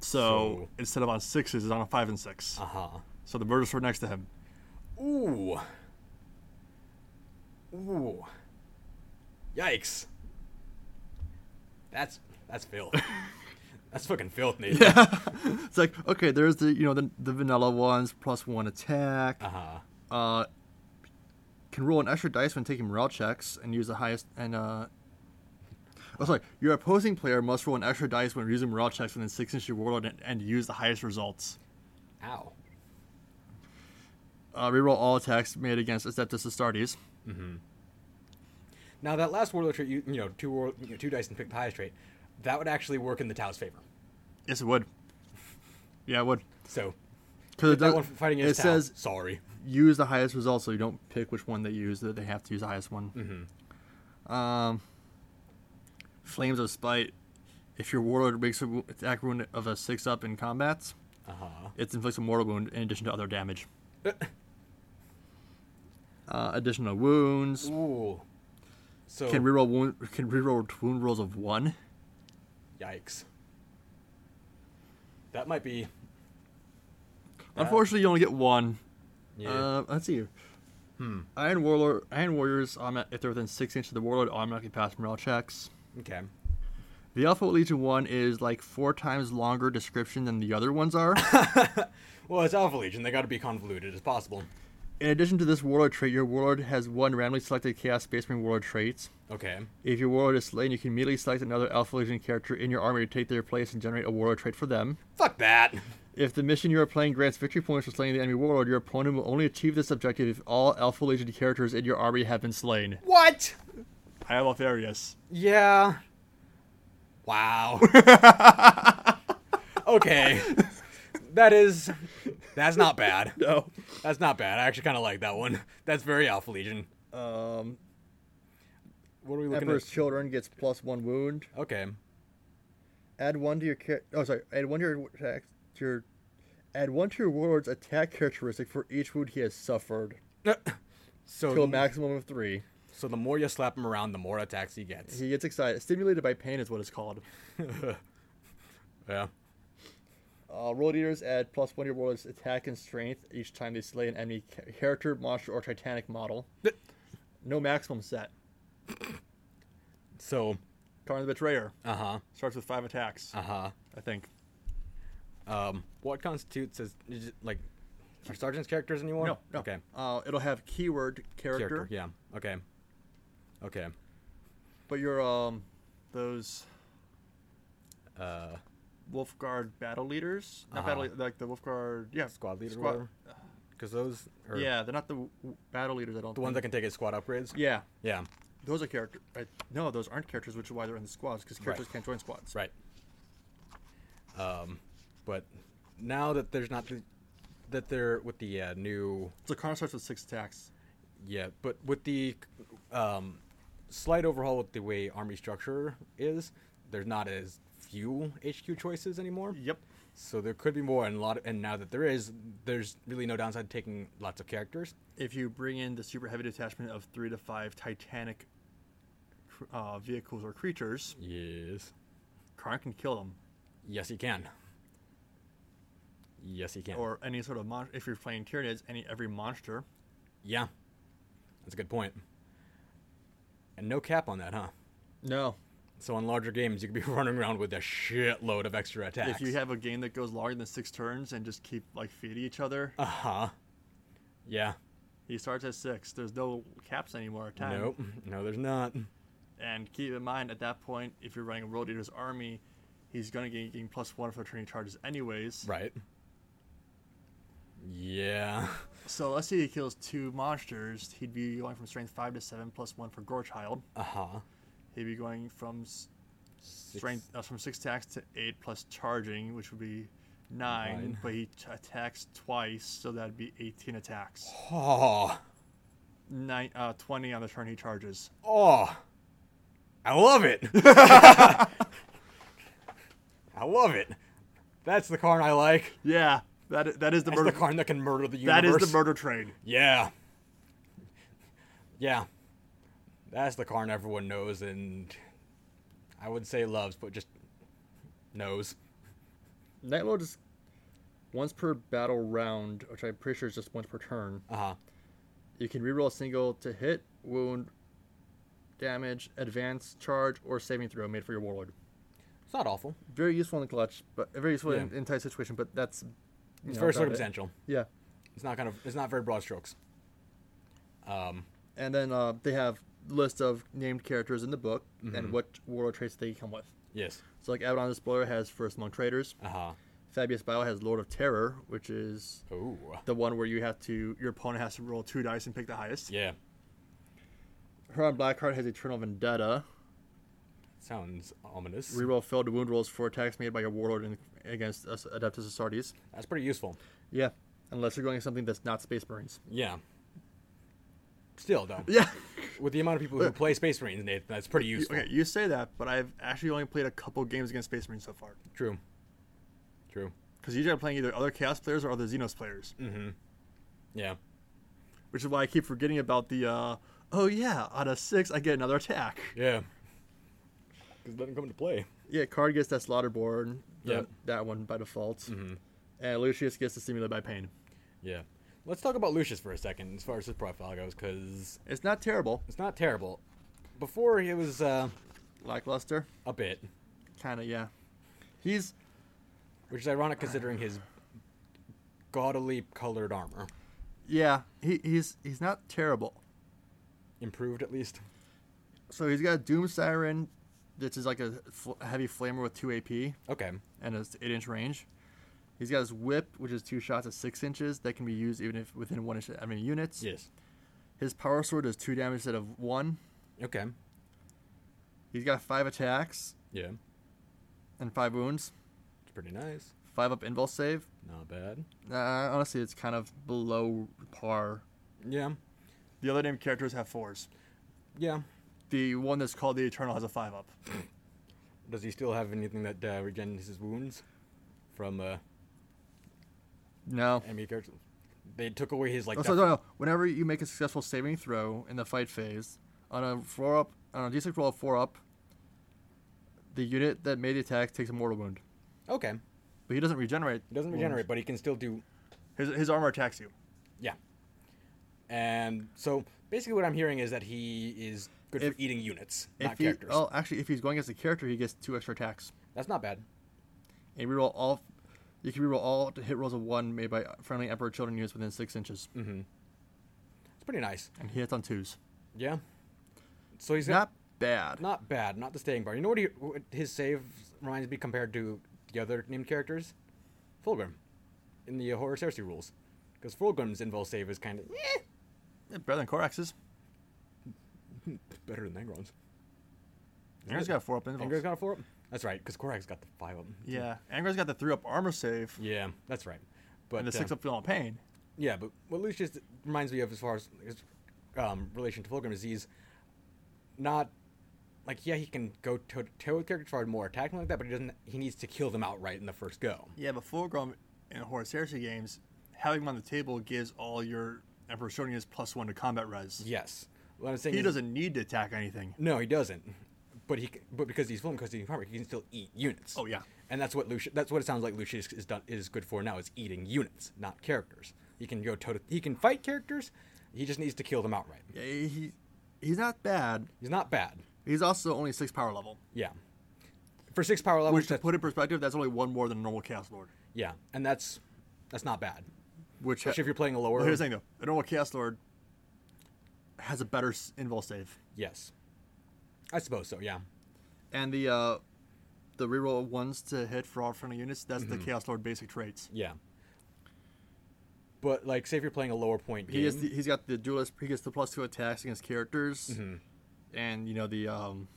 Speaker 2: So,
Speaker 1: So-
Speaker 2: instead of on sixes, it's on a five and six.
Speaker 1: Uh huh.
Speaker 2: So the murder sword next to him.
Speaker 1: Ooh. Ooh. Yikes. That's that's filth. that's fucking filth, Nathan.
Speaker 2: It's like okay, there's the you know the, the vanilla ones plus one attack.
Speaker 1: Uh-huh.
Speaker 2: Uh, can roll an extra dice when taking morale checks and use the highest and uh. Oh, sorry. Your opposing player must roll an extra dice when using morale checks within six inches of your warlord and, and use the highest results.
Speaker 1: Ow.
Speaker 2: Uh, reroll all attacks made against Adeptus Astartes.
Speaker 1: Now that last warlord trait, you, you know, two war, you know, two dice and pick the highest trait, that would actually work in the Tau's favor.
Speaker 2: Yes, it would. Yeah, it would.
Speaker 1: So
Speaker 2: Because
Speaker 1: that one fighting
Speaker 2: it
Speaker 1: is Tau.
Speaker 2: says
Speaker 1: sorry.
Speaker 2: use the highest result, so you don't pick which one they use. That they have to use the highest one.
Speaker 1: Mm-hmm.
Speaker 2: Um, Flames of Spite. If your warlord makes an attack wound of a six up in combats,
Speaker 1: Uh-huh.
Speaker 2: it inflicts a mortal wound in addition to other damage. Uh, additional wounds
Speaker 1: Ooh. So
Speaker 2: can reroll wound can reroll wound rolls of one.
Speaker 1: yikes. That might be That-
Speaker 2: Unfortunately, you only get one.
Speaker 1: yeah.
Speaker 2: Uh, let's see.
Speaker 1: Hmm.
Speaker 2: Iron Warlord, Iron Warriors, automat- if they're within six inches of the Warlord, automatically pass morale checks.
Speaker 1: okay.
Speaker 2: The Alpha Legion one is like four times longer description than the other ones are.
Speaker 1: Well, it's Alpha Legion. They got to be convoluted as possible.
Speaker 2: In addition to this Warlord trait, your Warlord has one randomly selected Chaos Space Marine Warlord traits.
Speaker 1: Okay.
Speaker 2: If your Warlord is slain, you can immediately select another Alpha Legion character in your army to take their place and generate a Warlord trait for them.
Speaker 1: Fuck that.
Speaker 2: If the mission you are playing grants victory points for slaying the enemy Warlord, your opponent will only achieve this objective if all Alpha Legion characters in your army have been slain.
Speaker 1: What?
Speaker 2: I have Alpharius.
Speaker 1: Yeah. Wow. okay. That is that's not bad.
Speaker 2: No.
Speaker 1: That's not bad. I actually kind of like that one. That's very Alpha Legion.
Speaker 2: Um,
Speaker 1: What are we looking
Speaker 2: Emperor's Children gets plus one wound.
Speaker 1: at? Okay.
Speaker 2: Add one to your char- oh sorry, add one to your attack to your add one to your warlord's attack characteristic for each wound he has suffered to a
Speaker 1: So
Speaker 2: maximum of three.
Speaker 1: so the more you slap him around, the more attacks he gets.
Speaker 2: He gets excited. Stimulated by pain is what it's called.
Speaker 1: Yeah.
Speaker 2: Uh, world eaters add plus one to your warlord's attack and strength each time they slay an enemy ca- character, monster, or titanic model. No maximum set.
Speaker 1: So,
Speaker 2: Karn the Betrayer
Speaker 1: uh-huh.
Speaker 2: starts with five attacks.
Speaker 1: Uh-huh.
Speaker 2: I think.
Speaker 1: Um what constitutes as is it, like are sergeant's characters anymore?
Speaker 2: No, no.
Speaker 1: Okay.
Speaker 2: Uh, it'll have keyword character,
Speaker 1: Character. Yeah. Okay. Okay.
Speaker 2: but your um those
Speaker 1: Uh
Speaker 2: Wolfguard battle leaders, not battle
Speaker 1: Uh-huh.
Speaker 2: battle like the Wolfguard, yeah,
Speaker 1: squad leader
Speaker 2: squad-
Speaker 1: Cuz those are
Speaker 2: yeah, they're not the w- w- battle leaders. I don't.
Speaker 1: the ones that can take his squad upgrades.
Speaker 2: Yeah,
Speaker 1: Yeah.
Speaker 2: those are character. Right. No, those aren't characters, which is why they're in the squads because characters can't join squads.
Speaker 1: Right. Um, but now that there's not the, that they're with the uh, new
Speaker 2: So Connor starts with six attacks.
Speaker 1: yeah, but with the um, slight overhaul with the way army structure is, there's not as few HQ choices anymore.
Speaker 2: Yep.
Speaker 1: So there could be more, and a lot. and now that there is, there's really no downside to taking lots of characters.
Speaker 2: If you bring in the super heavy detachment of three to five Titanic cr- uh, vehicles or creatures,
Speaker 1: Yes.
Speaker 2: Karn can kill them.
Speaker 1: Yes, he can. Yes, he can.
Speaker 2: Or any sort of mon- if you're playing Tyranids, any every monster.
Speaker 1: yeah. That's a good point. And no cap on that, huh?
Speaker 2: No.
Speaker 1: So on larger games, you could be running around with a shitload of extra attacks.
Speaker 2: If you have a game that goes longer than six turns and just keep like feeding each other,
Speaker 1: uh huh, yeah,
Speaker 2: He starts at six. There's no caps anymore at time.
Speaker 1: nope, no, there's not.
Speaker 2: And keep in mind, at that point, if you're running a World Eater's army, he's going to get getting plus one for training charges anyways.
Speaker 1: Right. Yeah.
Speaker 2: So let's say he kills two monsters. He'd be going from strength five to seven plus one for Gorechild.
Speaker 1: Uh huh.
Speaker 2: He'd be going from s- strength uh, from six attacks to eight plus charging, which would be nine.
Speaker 1: Nine.
Speaker 2: But he t- attacks twice, so that'd be 18 attacks.
Speaker 1: Oh.
Speaker 2: Nine, uh, 20 on the turn he charges.
Speaker 1: Oh. I love it. I love it. That's the Karn I like.
Speaker 2: Yeah, that i- that is the
Speaker 1: That's
Speaker 2: murder.
Speaker 1: the Karn that can murder the
Speaker 2: that
Speaker 1: universe.
Speaker 2: is the murder train.
Speaker 1: Yeah. Yeah. That's the Karn everyone knows and I would say loves, but just knows.
Speaker 2: Night Lord is once per battle round, which I'm pretty sure is just once per turn.
Speaker 1: Uh huh.
Speaker 2: You can reroll a single to hit, wound, damage, advance, charge, or saving throw made for your warlord.
Speaker 1: It's not awful.
Speaker 2: Very useful in the clutch, but very useful in,
Speaker 1: Yeah.
Speaker 2: in tight situation. But that's you
Speaker 1: It's
Speaker 2: know,
Speaker 1: very
Speaker 2: about it.
Speaker 1: circumstantial.
Speaker 2: Yeah,
Speaker 1: It's not kind of it's not very broad strokes. Um
Speaker 2: and then uh, they have list of named characters in the book
Speaker 1: Mm-hmm.
Speaker 2: and what warlord traits they come with.
Speaker 1: yes.
Speaker 2: So like Abaddon the Spoiler has First Among Traders.
Speaker 1: Uh huh.
Speaker 2: Fabius Bio has Lord of Terror, which is
Speaker 1: Ooh.
Speaker 2: the one where you have to your opponent has to roll two dice and pick the highest.
Speaker 1: Yeah.
Speaker 2: Huron Blackheart has Eternal Vendetta.
Speaker 1: Sounds ominous.
Speaker 2: Reroll failed wound rolls for attacks made by your warlord in, against us- Adeptus Astartes.
Speaker 1: That's pretty useful.
Speaker 2: Yeah. unless you're going to something that's not Space Marines.
Speaker 1: Yeah. Still, though,
Speaker 2: Yeah. Uh,
Speaker 1: with the amount of people who play Space Marines, Nathan, that's pretty useful.
Speaker 2: Okay, you say that, but I've actually only played a couple games against Space Marines so far.
Speaker 1: True. True.
Speaker 2: Because usually I'm playing either other Chaos players or other Xenos players,
Speaker 1: Yeah.
Speaker 2: which is why I keep forgetting about the, uh, oh yeah, out of six, I get another attack.
Speaker 1: Yeah. Because it doesn't come into play.
Speaker 2: Yeah, Card gets that Slaughterborn, the-
Speaker 1: Yep.
Speaker 2: that one by default. And Lucius gets the Stimulate by Pain.
Speaker 1: Yeah. Let's talk about Lucius for a second as far as his profile goes, because
Speaker 2: It's not terrible.
Speaker 1: it's not terrible. Before, it was uh,
Speaker 2: Lackluster.
Speaker 1: a bit,
Speaker 2: Kind of, yeah. He's
Speaker 1: which is ironic considering his gaudily colored armor.
Speaker 2: yeah, he, he's he's not terrible.
Speaker 1: Improved, at least.
Speaker 2: So he's got a Doom Siren, which is like a fl- heavy flamer with two AP
Speaker 1: Okay.
Speaker 2: and an eight inch range. He's got his whip, which is two shots at six inches that can be used even if within one inch of enemy units.
Speaker 1: Yes.
Speaker 2: His power sword does two damage instead of one.
Speaker 1: Okay.
Speaker 2: He's got five attacks
Speaker 1: Yeah.
Speaker 2: and five wounds,
Speaker 1: It's pretty nice.
Speaker 2: five up invul save.
Speaker 1: Not bad.
Speaker 2: Uh, honestly, it's kind of below par.
Speaker 1: Yeah.
Speaker 2: The other named characters have fours.
Speaker 1: Yeah.
Speaker 2: The one that's called the Eternal has a five up.
Speaker 1: Does he still have anything that uh, regens his wounds from uh,
Speaker 2: No.
Speaker 1: enemy characters? They took away his like.
Speaker 2: Oh, so, no, no. Whenever you make a successful saving throw in the fight phase, on a four up, on a d6 roll of four up, the unit that made the attack takes a mortal wound,
Speaker 1: def- okay.
Speaker 2: but he doesn't regenerate.
Speaker 1: He doesn't
Speaker 2: wounds.
Speaker 1: regenerate, but he can still do.
Speaker 2: His, his armor attacks you.
Speaker 1: Yeah. And so basically, what I'm hearing is that he is good
Speaker 2: If-
Speaker 1: for eating units,
Speaker 2: If
Speaker 1: not
Speaker 2: he,
Speaker 1: characters.
Speaker 2: oh, actually, if he's going against a character, he gets two extra attacks.
Speaker 1: That's not bad.
Speaker 2: And you reroll all. You can reroll all hit rolls of one made by friendly Emperor children units within six inches,
Speaker 1: Mm-hmm. It's pretty nice.
Speaker 2: and he hits on twos.
Speaker 1: Yeah. So he's
Speaker 2: Not bad.
Speaker 1: not bad, not the staying bar. You know what, he, what his save reminds me compared to the other named characters? Fulgrim. In the Horus Heresy rules. Because Fulgrim's invul save is kind of
Speaker 2: Yeah, better than Korax's.
Speaker 1: better than Angron's.
Speaker 2: Anger's got a four up invul.
Speaker 1: Angron's got a 4 up? That's right, because Korak's got the 5 up.
Speaker 2: yeah, Anger's got the three up armor save
Speaker 1: Yeah, that's right. But
Speaker 2: and the six
Speaker 1: uh,
Speaker 2: up feel on pain.
Speaker 1: Yeah, but what Lucius reminds me of as far as his um, relation to Fulgrim is he's not like yeah he can go toe to toe with characters far more attacking like that, but he doesn't. He needs to kill them outright in the first go.
Speaker 2: Yeah, but Fulgrim in Horus Heresy games, having him on the table gives all your Emperor Shonias plus one to combat res.
Speaker 1: Yes, what I'm saying
Speaker 2: He
Speaker 1: is,
Speaker 2: doesn't need to attack anything.
Speaker 1: No, he doesn't. But he c- but because he's Fulgrim, because he's farmer, he can still eat units.
Speaker 2: Oh, yeah.
Speaker 1: and that's what Lucius. That's what it sounds like Lucius is done is good for now is eating units, not characters. He can go toe to. He can fight characters. He just needs to kill them outright.
Speaker 2: Yeah, He, he's not bad.
Speaker 1: He's not bad.
Speaker 2: He's also only six power level.
Speaker 1: Yeah. For six power levels,
Speaker 2: Which, to
Speaker 1: that's-
Speaker 2: put in perspective, that's only one more than a normal Chaos Lord.
Speaker 1: Yeah, and that's that's not bad.
Speaker 2: Which
Speaker 1: Especially if you're playing a lower.
Speaker 2: well, here's the thing though, a normal Chaos Lord has a better s- invul save,
Speaker 1: Yes, I suppose so. Yeah,
Speaker 2: and the uh, the reroll ones to hit for all friendly units. That's
Speaker 1: Mm-hmm.
Speaker 2: the Chaos Lord basic traits.
Speaker 1: yeah. But like, say if you're playing a lower point game,
Speaker 2: He is the, he's got the duelist. He gets the plus two attacks against characters,
Speaker 1: Mm-hmm.
Speaker 2: and you know the um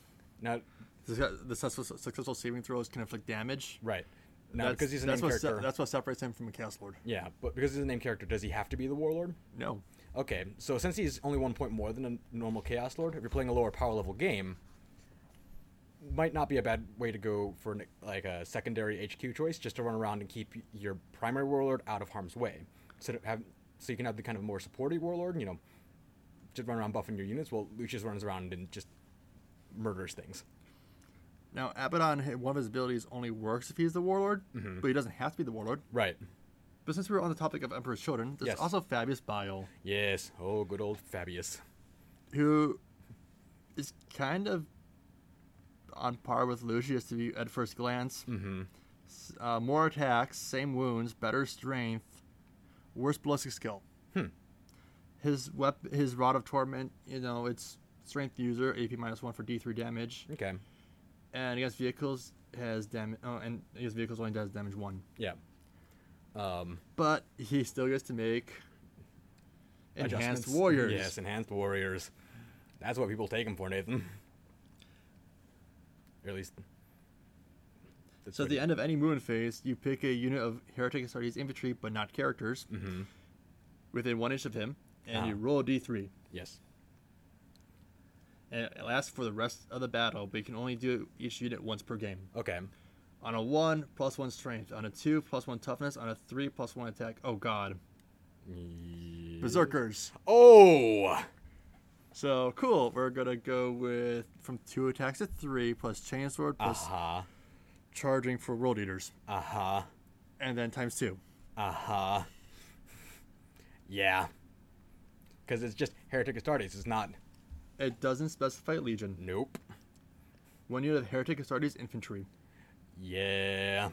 Speaker 1: now
Speaker 2: the, the successful, successful saving throws can inflict damage.
Speaker 1: right now
Speaker 2: That's-
Speaker 1: because he's a
Speaker 2: that's
Speaker 1: named
Speaker 2: what se-
Speaker 1: character.
Speaker 2: that's what separates him from a Chaos Lord.
Speaker 1: yeah, but because he's a named character, does he have to be the warlord?
Speaker 2: No,
Speaker 1: Okay, so since he's only one point more than a normal chaos lord, if you're playing a lower power level game, might not be a bad way to go for an, like a secondary HQ choice, just to run around and keep your primary warlord out of harm's way. So to have so you can have the kind of more supportive warlord, you know, just run around buffing your units while Lucius runs around and just murders things.
Speaker 2: now Abaddon hit- one of his abilities only works if he's the warlord, but he doesn't have to be the warlord.
Speaker 1: Right.
Speaker 2: But since we were on the topic of Emperor's Children, there's
Speaker 1: Yes.
Speaker 2: also Fabius Bile,
Speaker 1: Yes. Oh, good old Fabius.
Speaker 2: who is kind of on par with Lucius to be at first glance. Mm-hmm. Uh, more attacks, same wounds, better strength, worse ballistic skill. Hmm. His wep- his rod of torment, you know, it's strength user, AP minus one for D three damage,
Speaker 1: Okay.
Speaker 2: and against vehicles has damage. Oh, and against vehicles only does damage one,
Speaker 1: Yeah. Um,
Speaker 2: but he still gets to make enhanced
Speaker 1: adjustments.
Speaker 2: warriors.
Speaker 1: Yes, enhanced warriors. That's what people take him for, Nathan. or at least That's
Speaker 2: So at
Speaker 1: pretty-
Speaker 2: the end of any Muon phase, you pick a unit of Heretic Astartes infantry, but not characters, within one inch of him, and you
Speaker 1: Mm-hmm. Ah.
Speaker 2: roll a d3.
Speaker 1: yes.
Speaker 2: And it lasts for the rest of the battle, but you can only do each unit once per game.
Speaker 1: Okay.
Speaker 2: On a 1, plus 1 strength. On a 2, plus 1 toughness. On a 3, plus 1 attack. Oh, God. Berserkers.
Speaker 1: Oh.
Speaker 2: So, cool. We're going to go with from 2 attacks to 3, plus Chainsword,
Speaker 1: Uh
Speaker 2: plus
Speaker 1: huh.
Speaker 2: charging for World Eaters.
Speaker 1: Uh huh.
Speaker 2: And then times 2.
Speaker 1: Uh huh. Yeah. Because it's just Heretic Astartes. It's not.
Speaker 2: It doesn't specify Legion.
Speaker 1: Nope.
Speaker 2: One unit of Heretic Astartes Infantry.
Speaker 1: Yeah.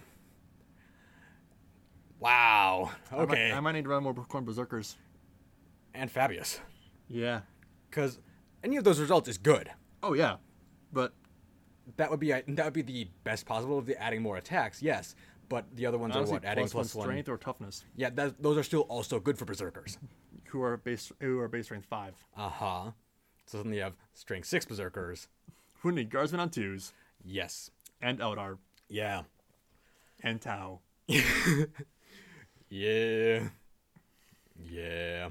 Speaker 1: Wow.
Speaker 2: I might-
Speaker 1: Okay.
Speaker 2: I might, need to run more Corn Berserkers.
Speaker 1: And Fabius.
Speaker 2: Yeah.
Speaker 1: Because any of those results is good.
Speaker 2: Oh, yeah. But
Speaker 1: That would be that would be the best possible of the adding more attacks. Yes, but the other ones are
Speaker 2: honestly,
Speaker 1: Oh, what adding
Speaker 2: plus
Speaker 1: plus
Speaker 2: one
Speaker 1: one.
Speaker 2: strength or toughness,
Speaker 1: Yeah, that, those are still also good for berserkers.
Speaker 2: who are base who are base strength 5.
Speaker 1: Uh huh. So then you have strength six berserkers.
Speaker 2: Who need Guardsmen on 2s.
Speaker 1: Yes.
Speaker 2: And Eldar.
Speaker 1: Yeah.
Speaker 2: And Tau.
Speaker 1: Yeah. Yeah.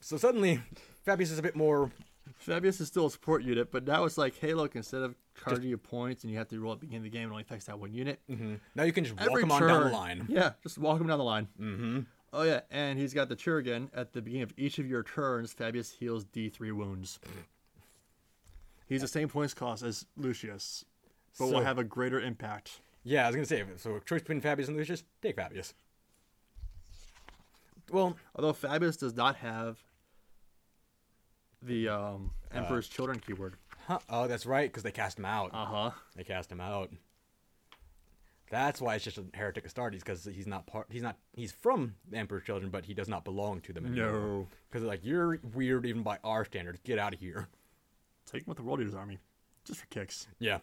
Speaker 1: So suddenly, Fabius is a bit more.
Speaker 2: Fabius is still a support unit, but now it's like, hey, look, instead of charging your points and you have to roll at the beginning of the game, it only affects that one unit.
Speaker 1: Now you can just walk
Speaker 2: Every
Speaker 1: him on down the
Speaker 2: turn-
Speaker 1: line.
Speaker 2: Yeah, just walk him down the line. Mm-hmm. Oh, yeah, and he's got the cure again. At the beginning of each of your turns, Fabius heals D3 wounds. He's the same points cost as Lucius, but
Speaker 1: So-
Speaker 2: will have a greater impact.
Speaker 1: Yeah, I was gonna say. So choice between Fabius and Lucius, take Fabius. Well,
Speaker 2: Although Fabius does not have the um,
Speaker 1: Uh,
Speaker 2: Emperor's Children keyword.
Speaker 1: huh, oh, that's right, because they cast him out.
Speaker 2: Uh huh.
Speaker 1: They cast him out. That's why it's just a heretic Astartes because he's not part. He's not. He's from the Emperor's Children, but he does not belong to them anymore.
Speaker 2: No.
Speaker 1: because like you're weird even by our standards. Get out of here.
Speaker 2: Take him with the World Eaters Army, just for kicks.
Speaker 1: Yeah,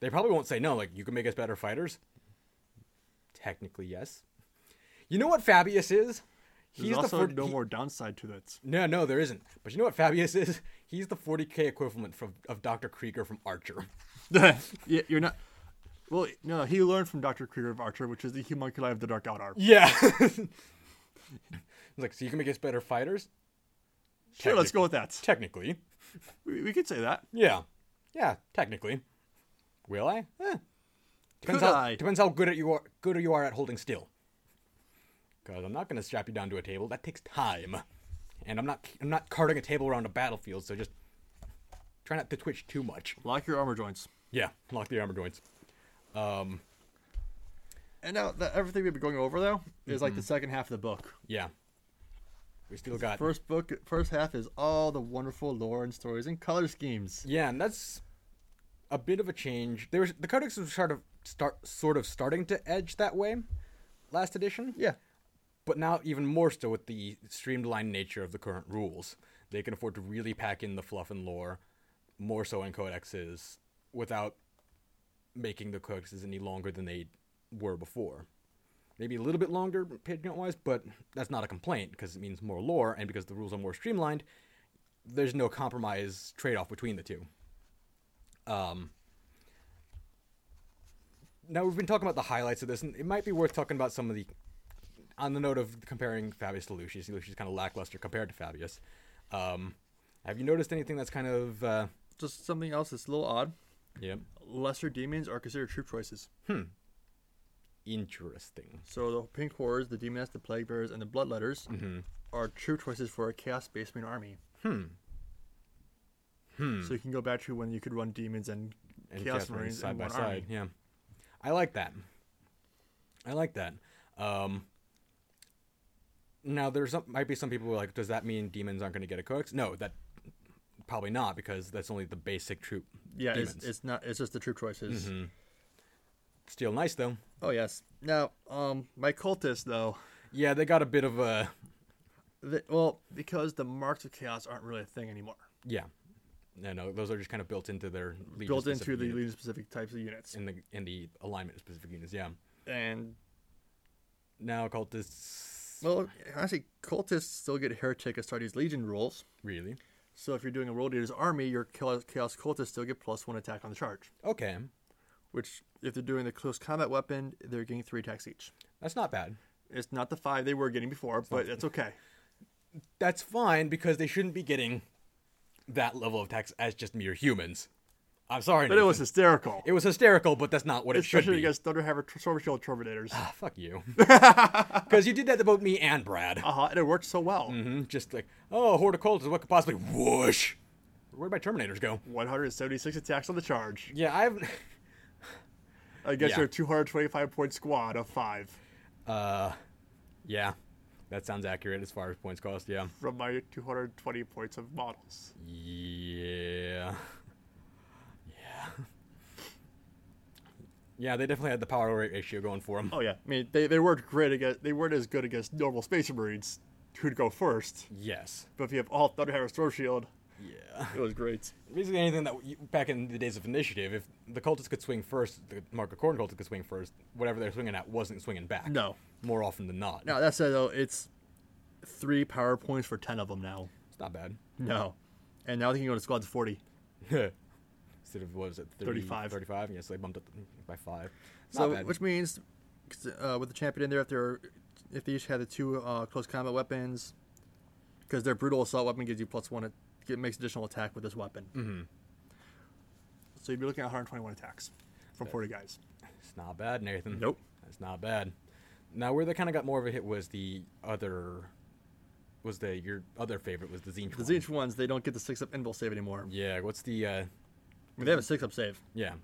Speaker 1: they probably won't say no. Like you can make us better fighters. Technically, yes. You know what Fabius is?
Speaker 2: There's
Speaker 1: He's
Speaker 2: also
Speaker 1: fir-
Speaker 2: no
Speaker 1: he-
Speaker 2: more downside to that.
Speaker 1: No, no, there isn't. But you know what Fabius is? He's the 40k equivalent from, of Dr. Krieger from Archer.
Speaker 2: yeah, you're not. Well, no, he learned from Dr. Krieger of Archer, which is the homunculi of the Dark Outer.
Speaker 1: Yeah. It's like, so you can make us better fighters?
Speaker 2: Sure, let's go with that.
Speaker 1: Technically.
Speaker 2: We, we could say that.
Speaker 1: Yeah. Yeah, technically. Will I? Eh. Depends
Speaker 2: Could
Speaker 1: how
Speaker 2: I?
Speaker 1: depends how good at you are good you are at holding still. Cause I'm not gonna strap you down to a table. That takes time. And I'm not I'm not carting a table around a battlefield, so just try not to twitch too much.
Speaker 2: Lock your armor joints.
Speaker 1: Yeah, lock the armor joints. Um
Speaker 2: And now that everything we've been going over though is like the second half of the book.
Speaker 1: Yeah. We still got.
Speaker 2: First book, first half is all the wonderful lore and stories and color schemes.
Speaker 1: Yeah, and that's a bit of a change. There was the codex was sort of start sort of starting to edge that way, last edition.
Speaker 2: Yeah,
Speaker 1: But now even more so with the streamlined nature of the current rules, they can afford to really pack in the fluff and lore, more so in codexes, without making the codexes any longer than they were before. Maybe a little bit longer page wise, but that's not a complaint because it means more lore, and because the rules are more streamlined, there's no compromise trade off between the two. Um, now we've been talking about the highlights of this, and it might be worth talking about some of the. On the note of comparing Fabius to Lucius, Lucius is kind of lackluster compared to Fabius. Um, have you noticed anything that's kind of? Uh,
Speaker 2: just something else that's a little odd.
Speaker 1: yeah,
Speaker 2: Lesser demons are considered troop choices.
Speaker 1: interesting.
Speaker 2: So the pink horrors, the demoness, the plague bearers, and the bloodletters are troop choices for a chaos basement army. Hmm. So you can go back to when you could run demons and,
Speaker 1: and
Speaker 2: chaos,
Speaker 1: Chaos
Speaker 2: marines
Speaker 1: side
Speaker 2: in
Speaker 1: by
Speaker 2: one
Speaker 1: side.
Speaker 2: army.
Speaker 1: Yeah, I like that. I like that. Um, now there's some, might be some people who are like, does that mean demons aren't going to get a codex? No, that probably not because that's only the basic troop.
Speaker 2: Yeah, it's,
Speaker 1: demons.
Speaker 2: it's not. It's just the troop choices.
Speaker 1: Still nice though.
Speaker 2: Oh yes. Now, um, my cultists though,
Speaker 1: Yeah, they got a bit of a
Speaker 2: the, well, because the marks of chaos aren't really a thing anymore.
Speaker 1: yeah. No, no, those are just kind of built into their legion
Speaker 2: Built into
Speaker 1: specific
Speaker 2: the
Speaker 1: units,
Speaker 2: legion specific types of units,
Speaker 1: in the in the alignment of specific units. Yeah.
Speaker 2: and
Speaker 1: Now cultists
Speaker 2: well, actually, cultists still get heretic Astartes legion rules.
Speaker 1: really
Speaker 2: So if you're doing a world leader's army, your chaos, chaos cultists still get plus one attack on the charge,
Speaker 1: okay.
Speaker 2: which if they're doing the close combat weapon, they're getting three attacks each.
Speaker 1: That's not bad.
Speaker 2: It's not the five they were getting before, but that's okay.
Speaker 1: That's fine because they shouldn't be getting that level of attacks as just mere humans. I'm sorry,
Speaker 2: But it
Speaker 1: Nathan.
Speaker 2: was hysterical.
Speaker 1: it was hysterical, but that's not what it should
Speaker 2: Especially
Speaker 1: be.
Speaker 2: against Thunder Hammer Tr- Storm Shield Terminators.
Speaker 1: Ah, fuck you, because you did that to both me and Brad.
Speaker 2: Uh huh. And it worked so well.
Speaker 1: hmm Just like, oh, horde of cultists, what could possibly whoosh? Where'd my Terminators go?
Speaker 2: 176 attacks on the charge
Speaker 1: Yeah, I've.
Speaker 2: against
Speaker 1: Yeah.
Speaker 2: your 225 point squad of five
Speaker 1: Uh, yeah, that sounds accurate as far as points cost. Yeah,
Speaker 2: from my 220 points of models.
Speaker 1: yeah, yeah, yeah. They definitely had the power rate ratio going for them.
Speaker 2: Oh yeah, I mean they, they weren't great against they weren't as good against normal Space Marines who'd go first.
Speaker 1: Yes.
Speaker 2: But if you have all Thunderhammer Storm Shield,
Speaker 1: Yeah.
Speaker 2: it was great.
Speaker 1: Basically, anything that you, back in the days of initiative, if the cultists could swing first, the Mark of Corn cultists could swing first. Whatever they're swinging at wasn't swinging back.
Speaker 2: No.
Speaker 1: More often than not.
Speaker 2: Now that said though, it's three power points for ten of them now.
Speaker 1: It's not bad.
Speaker 2: No, and now they can go to squads of forty.
Speaker 1: Instead of what was it? 30,
Speaker 2: 35.
Speaker 1: 35. Yes, they bumped it by five.
Speaker 2: So
Speaker 1: not bad.
Speaker 2: which means, 'cause, uh, with the champion in there, if they're if they each had the two uh, close combat weapons, because their brutal assault weapon gives you plus one, it makes additional attack with this weapon. Mm-hmm. So you'd be looking at 121 attacks from 40 guys.
Speaker 1: It's not bad, Nathan.
Speaker 2: Nope.
Speaker 1: That's not bad. Now, where they kind of got more of a hit was the other, was the your other favorite was the Zine.
Speaker 2: The Zinch ones, they don't get the six up invul save anymore.
Speaker 1: Yeah. What's the? uh
Speaker 2: I mean, they have a six up save.
Speaker 1: Yeah,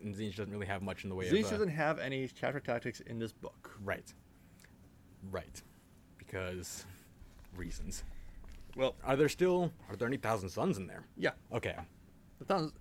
Speaker 1: Zinch doesn't really have much in the way
Speaker 2: Zinch
Speaker 1: of. uh,
Speaker 2: doesn't have any chapter tactics in this book.
Speaker 1: Right. Right. Because reasons.
Speaker 2: Well,
Speaker 1: Are there still are there any thousand suns in there?
Speaker 2: yeah,
Speaker 1: Okay.
Speaker 2: the thousands,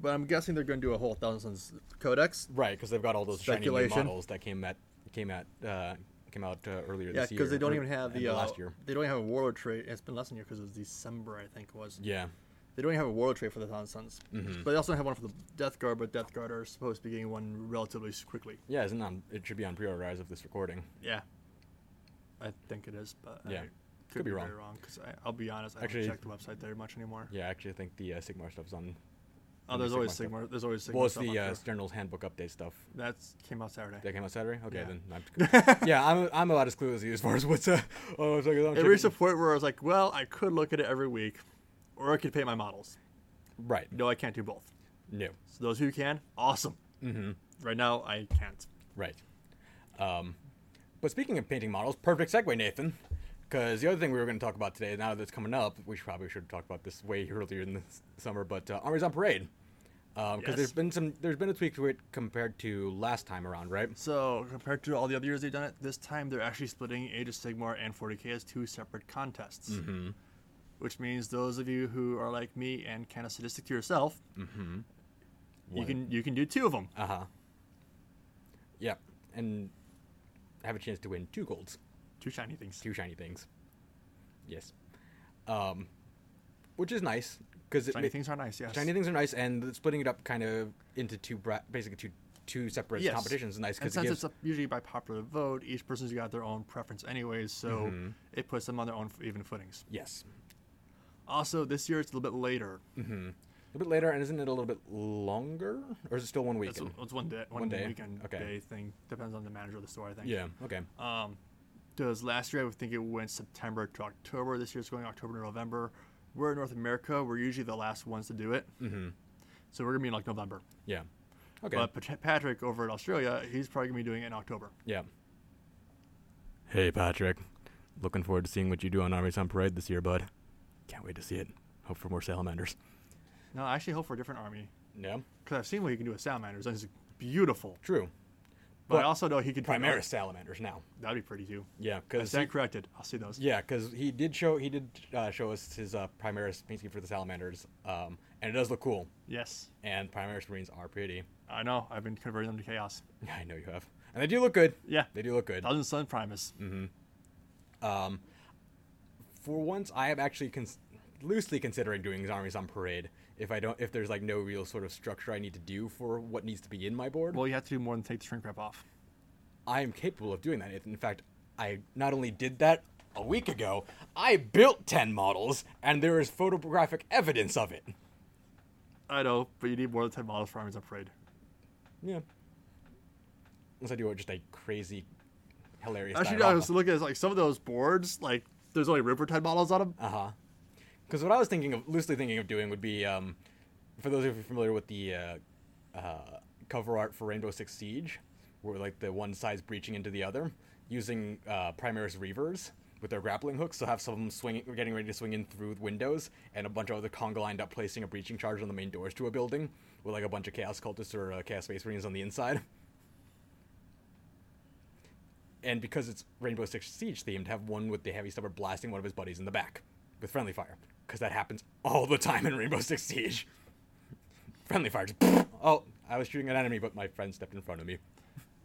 Speaker 2: but I'm guessing they're going to do a whole thousands codex.
Speaker 1: Right, because they've got all those shiny new
Speaker 2: Speculation.
Speaker 1: models that came at came at uh, came out uh, earlier
Speaker 2: Yeah,
Speaker 1: this year.
Speaker 2: because they don't
Speaker 1: or
Speaker 2: even have
Speaker 1: end
Speaker 2: the
Speaker 1: of
Speaker 2: uh,
Speaker 1: last year.
Speaker 2: They don't even have a warlord trait. It's been less than a year because it was December, I think it was.
Speaker 1: Yeah.
Speaker 2: They don't even have a warlord trait for the Thousand Sons,
Speaker 1: Mm-hmm.
Speaker 2: but they also have one for the Death Guard. But Death Guard are supposed to be getting one relatively s- quickly.
Speaker 1: Yeah, isn't on it should be on pre order as of this recording.
Speaker 2: Yeah, I think it is, but
Speaker 1: Yeah.
Speaker 2: I could,
Speaker 1: Could be
Speaker 2: be,
Speaker 1: wrong.
Speaker 2: very wrong because I'll be honest, I
Speaker 1: Actually-
Speaker 2: don't check the website very much anymore.
Speaker 1: Yeah, I actually think the uh, Sigmar stuff's on
Speaker 2: oh, there's always
Speaker 1: Sigmar
Speaker 2: Sigma. There's always Sigma.
Speaker 1: Well it's
Speaker 2: stuff
Speaker 1: the
Speaker 2: on
Speaker 1: uh,
Speaker 2: there.
Speaker 1: General's handbook update stuff.
Speaker 2: that came out Saturday.
Speaker 1: That came out Saturday? Okay,
Speaker 2: Yeah.
Speaker 1: then I'm Yeah, I'm I'm about as clueless as you as far as what's uh oh it's like I'm
Speaker 2: It
Speaker 1: checking-
Speaker 2: reached a point where I was like, well, I could look at it every week, or I could paint my models.
Speaker 1: Right.
Speaker 2: No, I can't do both.
Speaker 1: No.
Speaker 2: So those who can, awesome. Mm-hmm. Right now, I can't.
Speaker 1: Right. Um, but speaking of painting models, perfect segue, Nathan, because the other thing we were going to talk about today, now that's coming up, we should- probably should have talked about this way earlier in the s- summer, but uh, Armies on Parade. Because
Speaker 2: Yes.
Speaker 1: there's been some, there's been a tweak to it compared to last time around, right?
Speaker 2: So compared to all the other years they've done it, this time they're actually splitting Age of Sigmar and 40k as two separate contests.
Speaker 1: Mm-hmm.
Speaker 2: Which means those of you who are like me and kind of sadistic to yourself, you
Speaker 1: Mm-hmm. What?
Speaker 2: can you can do two of them.
Speaker 1: Uh huh. Yep. And have a chance to win two golds.
Speaker 2: Two shiny things.
Speaker 1: two shiny things. Yes. Um, which is nice because
Speaker 2: Shiny things are nice, yes.
Speaker 1: Shiny things are nice, and the splitting it up kind of into two, bra- basically two two separate
Speaker 2: Yes.
Speaker 1: competitions is nice
Speaker 2: And
Speaker 1: because it
Speaker 2: since
Speaker 1: gives
Speaker 2: it's up usually by popular vote, each person's got their own preference anyways, so
Speaker 1: Mm-hmm.
Speaker 2: it puts them on their own f- even footings.
Speaker 1: yes
Speaker 2: Also, this year it's a little bit later.
Speaker 1: a little bit later, and isn't it a little bit longer, or is it still one
Speaker 2: It's,
Speaker 1: weekend?
Speaker 2: it's one day, one,
Speaker 1: day,
Speaker 2: weekend
Speaker 1: okay.
Speaker 2: day thing. Depends on the manager of the store, I think.
Speaker 1: yeah. Okay.
Speaker 2: Um, does last year I would think it went September to October. This year it's going October to November. We're in North America. We're usually the last ones to do it. Mm-hmm. So we're gonna be in like November.
Speaker 1: yeah. Okay.
Speaker 2: But Pat- Patrick over in Australia, he's probably gonna be doing it in October.
Speaker 1: yeah. Hey Patrick, looking forward to seeing what you do on Armies on Parade this year, bud. Can't wait to see it. Hope for more salamanders.
Speaker 2: No, I actually hope for a different army
Speaker 1: Yeah.
Speaker 2: because I've seen what he can do with salamanders. and It's beautiful.
Speaker 1: True.
Speaker 2: But, I
Speaker 1: But
Speaker 2: also know he could do it.
Speaker 1: Primaris salamanders now.
Speaker 2: That'd be pretty too.
Speaker 1: Yeah,
Speaker 2: I
Speaker 1: because
Speaker 2: stand corrected. I'll see those.
Speaker 1: Yeah, because he did show he did uh, show us his uh, Primaris paint scheme for the Salamanders, um, and it does look cool.
Speaker 2: Yes,
Speaker 1: And Primaris Marines are pretty.
Speaker 2: I know. I've been converting them to chaos.
Speaker 1: I know you have, and they do look good.
Speaker 2: Yeah,
Speaker 1: They Mm-hmm. do look good.
Speaker 2: Thousand Sun Primus.
Speaker 1: Um, for once, I am actually cons- loosely considering doing these armies on parade. If I don't, if there's like no real sort of structure I need to do for what needs to be in my board,
Speaker 2: Well, you have to do more than take the shrink wrap off.
Speaker 1: I am capable of doing that. Nathan. In fact, I not only did that a week ago, I built ten models, and there is photographic evidence of it.
Speaker 2: I know, but you need more than ten models for armies upgrade.
Speaker 1: Yeah. Unless I do just a crazy, hilarious.
Speaker 2: Actually, I was looking at like some of those boards. Like, there's only Rippertide models on them.
Speaker 1: Uh huh. Because what I was thinking of, loosely thinking of doing would be, um, for those of you familiar with the uh, uh, cover art for Rainbow Six Siege, where like the one side's breaching into the other, using uh, Primaris Reavers with their grappling hooks. So have some of them swinging, getting ready to swing in through windows, and a bunch of other Konga lined up placing a breaching charge on the main doors to a building, with like a bunch of Chaos Cultists or uh, Chaos Space Marines on the inside. And because it's Rainbow Six Siege themed, have one with the heavy stubber blasting one of his buddies in the back with friendly fire, because that happens all the time in Rainbow Six Siege. friendly fire. just oh, I was shooting an enemy, but my friend stepped in front of me.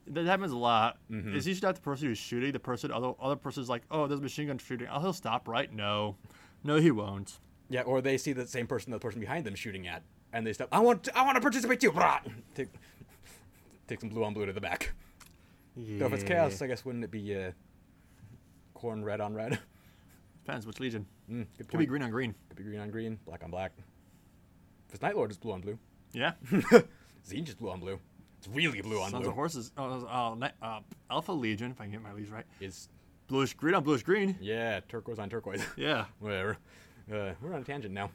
Speaker 2: That happens a lot.
Speaker 1: Mm-hmm.
Speaker 2: It's usually not the person who's shooting. The person, other other person's like, oh, there's a machine gun shooting. Oh, he'll stop, right? No, no, he won't.
Speaker 1: Yeah, or they see the same person the person behind them shooting at, and they step. I want. To, I want to participate too. Brah! Take, take some blue on blue to the back. Though if it's chaos, I guess wouldn't it be uh, corn red on red?
Speaker 2: depends which legion.
Speaker 1: Mm, good
Speaker 2: Could be
Speaker 1: point.
Speaker 2: green on green.
Speaker 1: Could be green on green, black on black. If it's Night Lord, it's blue on blue.
Speaker 2: Yeah,
Speaker 1: Zine just blue on blue. It's really blue on
Speaker 2: sons
Speaker 1: blue.
Speaker 2: of horses. Oh, uh, ni- uh, Alpha Legion. If I can get my leads right,
Speaker 1: Is
Speaker 2: bluish green on bluish green.
Speaker 1: yeah, turquoise on turquoise.
Speaker 2: Yeah,
Speaker 1: Whatever. Uh, we're on a tangent now.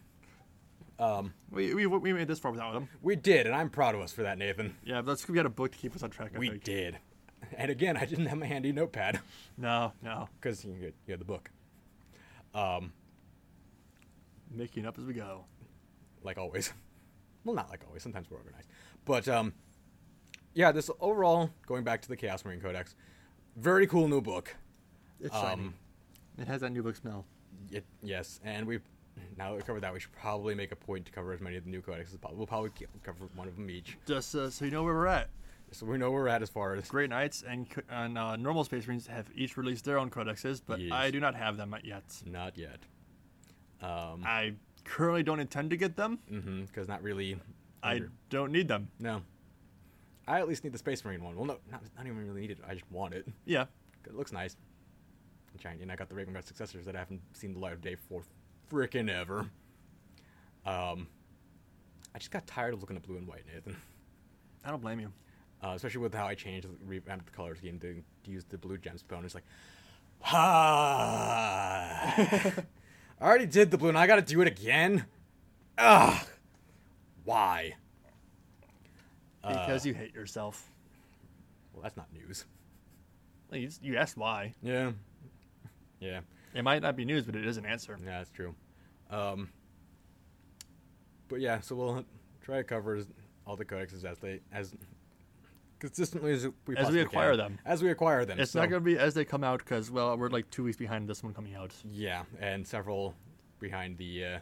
Speaker 2: we, we, we made this far without them.
Speaker 1: We did, and I'm proud of us for that, Nathan.
Speaker 2: Yeah, but that's we got a book to keep us on track. I
Speaker 1: We
Speaker 2: think.
Speaker 1: did. And again, I didn't have my handy notepad.
Speaker 2: No, no,
Speaker 1: because you, had- you had the book, Um,
Speaker 2: making up as we go.
Speaker 1: like always. Well, not like always. Sometimes we're organized, but um, yeah. This overall, going back to the Chaos Marine Codex, very cool new book.
Speaker 2: It's
Speaker 1: Um,
Speaker 2: It has that new book smell.
Speaker 1: It, yes, and we now that we covered that, we should probably make a point to cover as many of the new codexes as possible. We'll probably ke- cover one of them each,
Speaker 2: Just uh, so you know where we're at.
Speaker 1: so we know where we're at as far as
Speaker 2: Great Knights and, co- and uh, normal Space Marines have each released their own codexes, but
Speaker 1: Yes.
Speaker 2: I do not have them yet.
Speaker 1: not yet,
Speaker 2: I currently don't intend to get them.
Speaker 1: because mm-hmm, not really.
Speaker 2: I
Speaker 1: under-
Speaker 2: don't need them.
Speaker 1: no. I at least need the Space Marine one. Well, no, not, not even really need it. I just want it.
Speaker 2: Yeah,
Speaker 1: It looks nice. And shiny. And I got the Raven Guard successors that I haven't seen the light of day for frickin' ever. Um, I just got tired of looking at blue and white, Nathan.
Speaker 2: I don't blame you.
Speaker 1: Uh, especially with how I changed, revamped the color scheme to, to use the blue gemstone. It's like, ha! I already did the blue, and I gotta do it again? Ugh! Why? Uh,
Speaker 2: Because you hate yourself.
Speaker 1: Well, that's not news.
Speaker 2: Like, You, just- you asked why.
Speaker 1: Yeah. Yeah.
Speaker 2: It might not be news, but it is an answer.
Speaker 1: Yeah, that's true. Um, but yeah, so we'll try to cover as- all the codexes as they as consistently as we
Speaker 2: As we
Speaker 1: possibly
Speaker 2: acquire
Speaker 1: can.
Speaker 2: them.
Speaker 1: As we acquire them,
Speaker 2: It's
Speaker 1: so-
Speaker 2: not going to be as they come out because, well, we're like two weeks behind this one coming out.
Speaker 1: Yeah, and several behind the uh,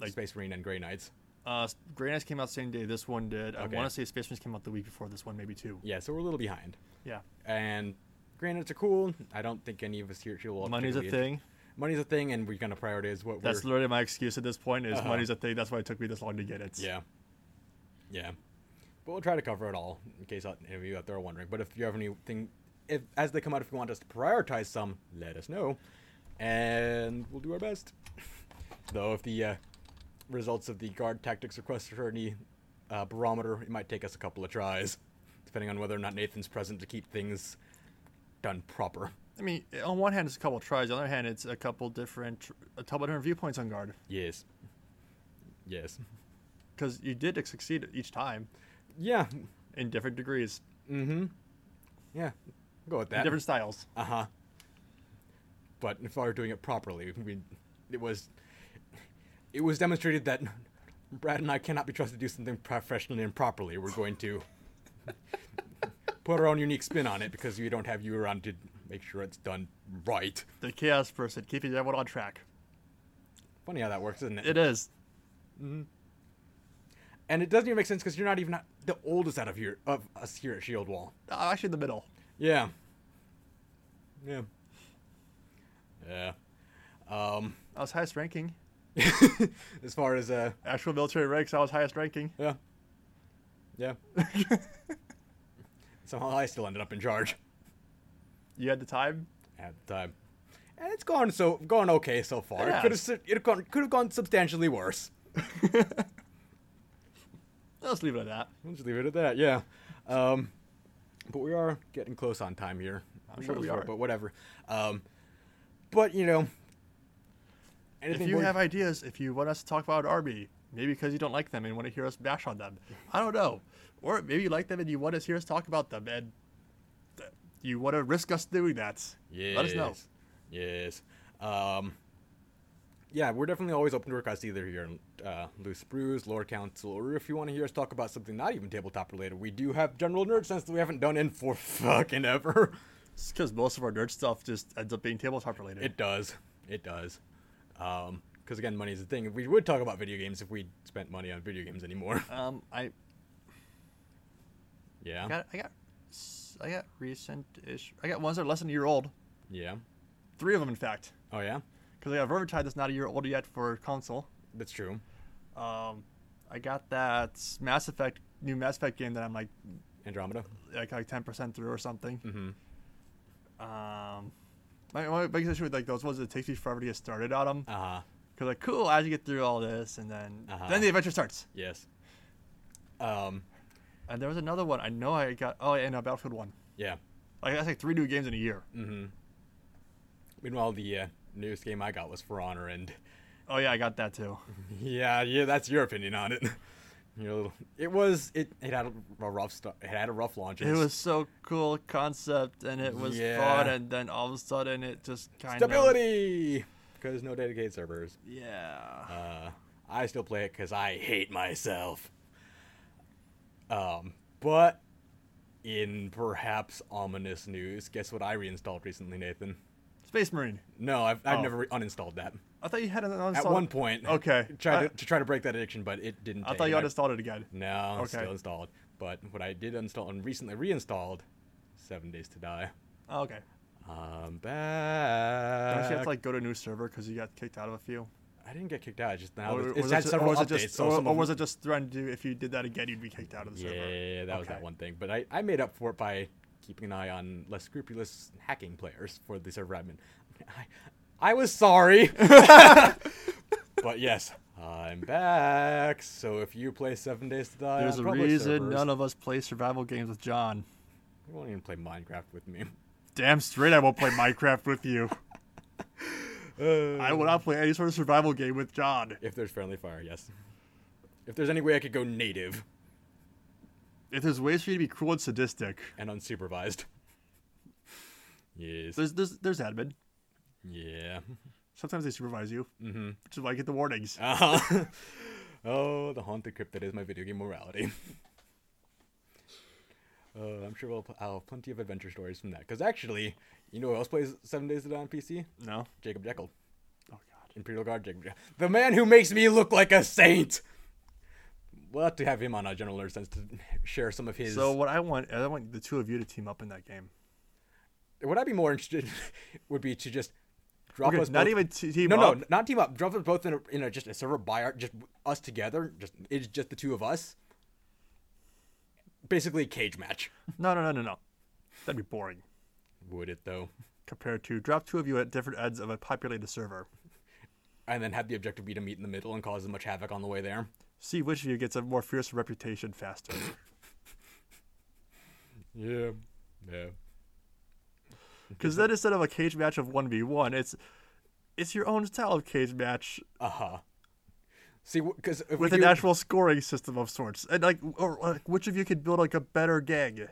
Speaker 2: Like-
Speaker 1: Space Marine and Grey Knights.
Speaker 2: Uh, Grey Knights came out same day this one did. I
Speaker 1: Okay.
Speaker 2: want to say Space Marines came out the week before this one, maybe two.
Speaker 1: Yeah, so we're a little behind.
Speaker 2: Yeah.
Speaker 1: And Grey Knights are cool. I don't think any of us here at Shield will.
Speaker 2: Money's a
Speaker 1: particularly-
Speaker 2: thing.
Speaker 1: Money's a thing, and we're gonna prioritize what
Speaker 2: That's
Speaker 1: we're.
Speaker 2: literally my excuse at this point is
Speaker 1: Uh-huh.
Speaker 2: money's a thing. That's why it took me this long to get it.
Speaker 1: Yeah. Yeah. But we'll try to cover it all in case any of you out there are wondering. But if you have anything, if as they come out, if you want us to prioritize some, let us know, and we'll do our best. Though if the uh, results of the guard tactics request attorney uh, barometer, it might take us a couple of tries, depending on whether or not Nathan's present to keep things done proper.
Speaker 2: I mean, on one hand, it's a couple tries. On the other hand, it's a couple different, a couple different viewpoints on guard
Speaker 1: Yes. Yes.
Speaker 2: because you did succeed each time
Speaker 1: Yeah.
Speaker 2: in different degrees,
Speaker 1: Yeah. Go with
Speaker 2: in
Speaker 1: that.
Speaker 2: different styles.
Speaker 1: Uh huh. But if I were doing it properly, we, it was it was demonstrated that Brad and I cannot be trusted to do something professionally and properly. We're going to put our own unique spin on it because we don't have you around to make sure it's done right.
Speaker 2: The chaos person keeping everyone on track.
Speaker 1: Funny how that works, isn't it?
Speaker 2: It is.
Speaker 1: and it doesn't even make sense because you're not even the oldest out of here of us here at Shield Wall.
Speaker 2: I'm actually in the middle.
Speaker 1: Yeah. Yeah. Yeah. Um,
Speaker 2: I was highest ranking.
Speaker 1: as far as uh,
Speaker 2: Actual military ranks, I was highest ranking.
Speaker 1: Yeah. Yeah. Somehow I still ended up in charge
Speaker 2: You had the time.
Speaker 1: at the time. And it's gone so gone okay so far.
Speaker 2: It
Speaker 1: It could have
Speaker 2: has.
Speaker 1: su- it could have gone, could have gone substantially worse.
Speaker 2: Let's leave it at that.
Speaker 1: We'll just leave it at that. Yeah. Um, but we are getting close on time here.
Speaker 2: I'm sure we are.
Speaker 1: but whatever. Um, but you know, anything
Speaker 2: if you
Speaker 1: more-
Speaker 2: have ideas, if you want us to talk about Arby, maybe because you don't like them and want to hear us bash on them, I don't know, or maybe you like them and you want us to hear us talk about them, and th- you want to risk us doing that.
Speaker 1: yes.
Speaker 2: Let us know.
Speaker 1: Yes. Um, yeah, we're definitely always open to requests either here in uh, Loose Brews, Lore Council, or if you want to hear us talk about something not even tabletop related, we do have general nerd sense that we haven't done in for fucking ever.
Speaker 2: It's because most of our nerd stuff just ends up being tabletop related.
Speaker 1: It does. It does. Because again, money is the thing. We would talk about video games if we spent money on video games anymore.
Speaker 2: um, I
Speaker 1: yeah.
Speaker 2: got, I got, s- I got recent-ish. I got ones that are less than a year old.
Speaker 1: Yeah.
Speaker 2: Three of them, in fact,
Speaker 1: Oh yeah.
Speaker 2: because I got Vermintide that's not a year old yet for console.
Speaker 1: That's true.
Speaker 2: Um, I got that Mass Effect new Mass Effect game that I'm like
Speaker 1: Andromeda.
Speaker 2: like like ten percent through or something.
Speaker 1: Mm-hmm.
Speaker 2: Um, my, my biggest issue with like those ones is it takes me forever to get started on them
Speaker 1: Uh huh.
Speaker 2: because like cool as you get through all this and then
Speaker 1: Uh-huh.
Speaker 2: then the adventure starts.
Speaker 1: Yes. Um.
Speaker 2: And there was another one I know I got oh and a Battlefield one
Speaker 1: Yeah.
Speaker 2: like that's like three new games in a year.
Speaker 1: Mm-hmm. Meanwhile, the uh, newest game I got was For Honor, and
Speaker 2: Oh yeah, I got that too.
Speaker 1: Mm-hmm. yeah, yeah, that's your opinion on it. you know, it was it. It had a rough start. It had a rough launch.
Speaker 2: It was so cool concept and it was
Speaker 1: Yeah.
Speaker 2: fun and then all of a sudden it just kind of
Speaker 1: stability because no dedicated servers.
Speaker 2: yeah.
Speaker 1: Uh, I still play it because I hate myself. Um, but in perhaps ominous news, guess what I reinstalled recently, Nathan?
Speaker 2: Space Marine.
Speaker 1: No, I've, I've
Speaker 2: Oh.
Speaker 1: never re- uninstalled that.
Speaker 2: I thought you had an
Speaker 1: At one point,
Speaker 2: Okay.
Speaker 1: tried
Speaker 2: I-
Speaker 1: to, to try to break that addiction, but it didn't.
Speaker 2: I
Speaker 1: take
Speaker 2: thought
Speaker 1: it.
Speaker 2: you had installed it again.
Speaker 1: No, it's
Speaker 2: Okay.
Speaker 1: still installed. But what I did install and recently reinstalled, Seven Days to Die.
Speaker 2: Oh, okay.
Speaker 1: I'm
Speaker 2: Don't
Speaker 1: back.
Speaker 2: you have to like go to a new server because you got kicked out of a few?
Speaker 1: I didn't get kicked out. I Just now,
Speaker 2: Or-
Speaker 1: it's,
Speaker 2: or
Speaker 1: it's
Speaker 2: was
Speaker 1: had
Speaker 2: ju-
Speaker 1: several
Speaker 2: or was
Speaker 1: updates.
Speaker 2: Oh, it just,
Speaker 1: so
Speaker 2: or,
Speaker 1: some
Speaker 2: or
Speaker 1: of
Speaker 2: was it just threatened to if you did that again, you'd be kicked out of the
Speaker 1: Yeah,
Speaker 2: server?
Speaker 1: that was that
Speaker 2: Okay.
Speaker 1: one thing. But I, I made up for it by keeping an eye on less scrupulous hacking players for the server admin. I, I was sorry. but yes, I'm back. So if you play Seven Days to Die,
Speaker 2: There's
Speaker 1: on
Speaker 2: a
Speaker 1: public
Speaker 2: reason
Speaker 1: servers,
Speaker 2: none of us play survival games with John.
Speaker 1: you won't even play Minecraft with me.
Speaker 2: Damn straight, I won't play Minecraft with you. I will not play any sort of survival game with John.
Speaker 1: If there's friendly fire, yes. If there's any way I could go native
Speaker 2: If there's ways for you to be cruel and sadistic,
Speaker 1: and unsupervised. Yes.
Speaker 2: there's there's, there's admin.
Speaker 1: Yeah.
Speaker 2: Sometimes they supervise you, mm-hmm. which is why I get the warnings.
Speaker 1: Uh-huh. oh, the haunted crypt that is my video game morality. Uh, I'm sure we'll pl- I'll have plenty of adventure stories from that. Because actually, you know who else plays Seven Days to Die on PC?
Speaker 2: No.
Speaker 1: Jacob Jekyll,
Speaker 2: Oh God.
Speaker 1: Imperial Guard Jacob Jekyll, the man who makes me look like a saint. We'll have to have him on our general nerd sense to share some of his.
Speaker 2: So what I want, I want the two of you to team up in that game.
Speaker 1: what I'd be more interested would be to just drop
Speaker 2: Okay,
Speaker 1: us
Speaker 2: not
Speaker 1: both-
Speaker 2: even te- team
Speaker 1: no,
Speaker 2: up.
Speaker 1: no, not team up. Drop us both in a, in a just a server by our just us together. Just it's just the two of us. Basically, a cage match.
Speaker 2: no, no, no, no, no. That'd be boring.
Speaker 1: Would it though?
Speaker 2: Compared to drop two of you at different ends of a populated server.
Speaker 1: And then have the objective be to meet in the middle and cause as much havoc on the way there.
Speaker 2: See which of you gets a more fierce reputation faster.
Speaker 1: Yeah, yeah.
Speaker 2: Because then instead of a cage match of one v one, it's it's your own style of cage match
Speaker 1: Uh huh. See, because if
Speaker 2: with
Speaker 1: we
Speaker 2: an
Speaker 1: do,
Speaker 2: actual scoring system of sorts, and like, or like, which of you could build like a better gang,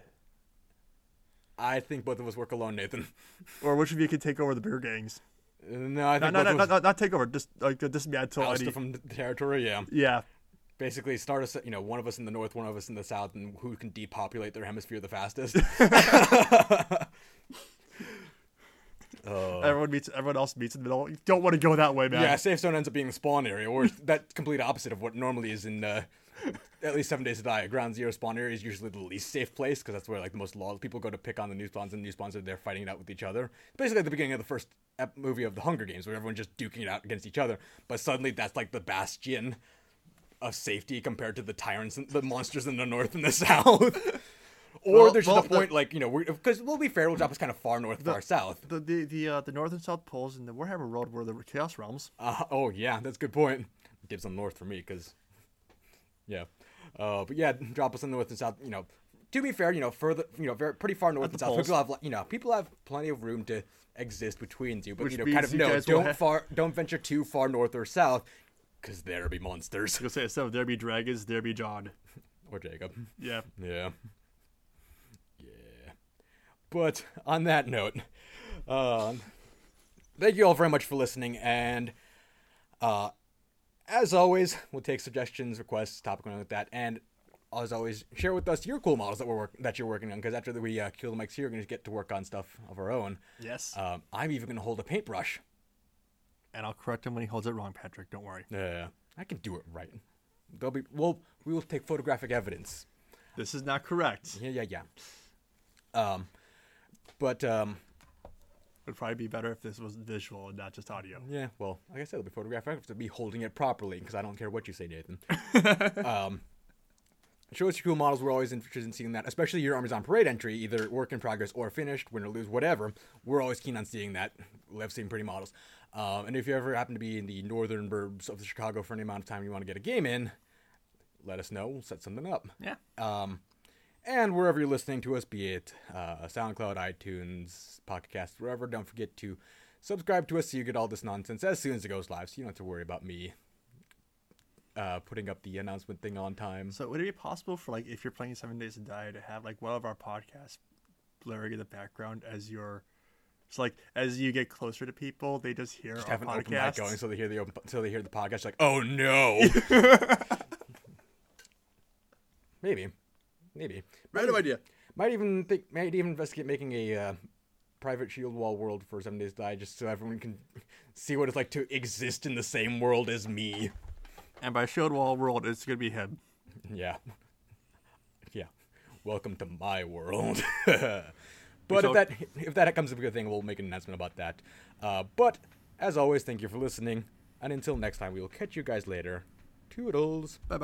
Speaker 1: I think both of us work alone, Nathan.
Speaker 2: or which of you could take over the bigger gangs?
Speaker 1: No, I
Speaker 2: No,
Speaker 1: think both
Speaker 2: no, no,
Speaker 1: of
Speaker 2: no,
Speaker 1: us
Speaker 2: no, not take over. Just like uh, dismantle
Speaker 1: oust
Speaker 2: any.
Speaker 1: from the territory. Yeah.
Speaker 2: Yeah,
Speaker 1: Basically, start us. You know, one of us in the north, one of us in the south, and who can depopulate their hemisphere the fastest.
Speaker 2: everyone meets. Everyone else meets in the middle. You don't want to go that way, man.
Speaker 1: Yeah, safe zone ends up being the spawn area, or it's that complete opposite of what normally is in uh, at least Seven Days to Die. Ground Zero spawn area is usually the least safe place because that's where like the most laws people go to pick on the new spawns, and the new spawns are there fighting it out with each other. It's basically at the beginning of the first ep- movie of the Hunger Games, where everyone's just duking it out against each other. But suddenly, that's like the bastion of safety compared to the tyrants, and the monsters in the north and the south. Or
Speaker 2: Well-
Speaker 1: there's
Speaker 2: well,
Speaker 1: just a
Speaker 2: the-
Speaker 1: point like you know because we'll be fair, we'll drop us kind of far north, far south.
Speaker 2: The the the, uh, the north and south poles in the Warhammer world were the Chaos Realms.
Speaker 1: Uh, oh yeah, that's a good point. Dibs on north for me, because yeah, Uh, but yeah, drop us in the north and south. You know, to be fair, you know, further, you know, very, pretty far north
Speaker 2: the
Speaker 1: and south.
Speaker 2: poles.
Speaker 1: People have, like, you know, people have plenty of room to exist between you, but
Speaker 2: Which
Speaker 1: you know, kind
Speaker 2: means
Speaker 1: of
Speaker 2: you
Speaker 1: no,
Speaker 2: guys will
Speaker 1: don't
Speaker 2: have-
Speaker 1: far, don't venture too far north or south, because there be monsters
Speaker 2: You'll say so. There be dragons. There be John.
Speaker 1: or Jacob.
Speaker 2: Yeah.
Speaker 1: Yeah. Yeah. But on that note, um, thank you all very much for listening. And uh, as always, we'll take suggestions, requests, topic, and like that. And as always, share with us your cool models that we're work- that you're working on. Because after we uh, kill the mics here, we're going to get to work on stuff of our own.
Speaker 2: Yes.
Speaker 1: Um, I'm even going to hold a paintbrush.
Speaker 2: Uh, and I'll correct him when he holds it wrong, Patrick. Don't worry.
Speaker 1: Yeah. I can do it right. There'll be well, we will take photographic evidence.
Speaker 2: This is not correct.
Speaker 1: Yeah, yeah, yeah. Um, but um,
Speaker 2: It'd probably be better if this was visual and not just audio.
Speaker 1: yeah. Well, like I said, it'll be photographic. I have to be holding it properly because I don't care what you say, Nathan. um, show us your cool models. We're always interested in seeing that, especially your armies on parade entry, either work in progress or finished, win or lose, whatever. We're always keen on seeing that. We love seeing pretty models. Um, and if you ever happen to be in the northern burbs of Chicago for any amount of time, you want to get a game in, let us know. We'll set something up.
Speaker 2: Yeah.
Speaker 1: Um, and wherever you're listening to us, be it uh, SoundCloud, iTunes, Pocket Cast, wherever, don't forget to subscribe to us so you get all this nonsense as soon as it goes live, so you don't have to worry about me uh, putting up the announcement thing on time.
Speaker 2: So would it be possible for like if you're playing Seven Days to Die to have like one of our podcasts blaring in the background as your so like as you get closer to people, they just hear
Speaker 1: Just
Speaker 2: our
Speaker 1: have an open mic
Speaker 2: podcast.
Speaker 1: going so they hear the open, so they hear the podcast. Like, oh no, maybe, maybe.
Speaker 2: Random idea.
Speaker 1: Might even think, might even investigate making a uh, private shield wall world for Seven Days to Die, just so everyone can see what it's like to exist in the same world as me.
Speaker 2: And by Shield Wall World, it's gonna be him.
Speaker 1: Yeah, yeah. Welcome to my world. but if
Speaker 2: talk-
Speaker 1: that if that comes up a good thing, we'll make an announcement about that. Uh, but as always, thank you for listening, and until next time, we will catch you guys later. Toodles.
Speaker 2: Bye bye.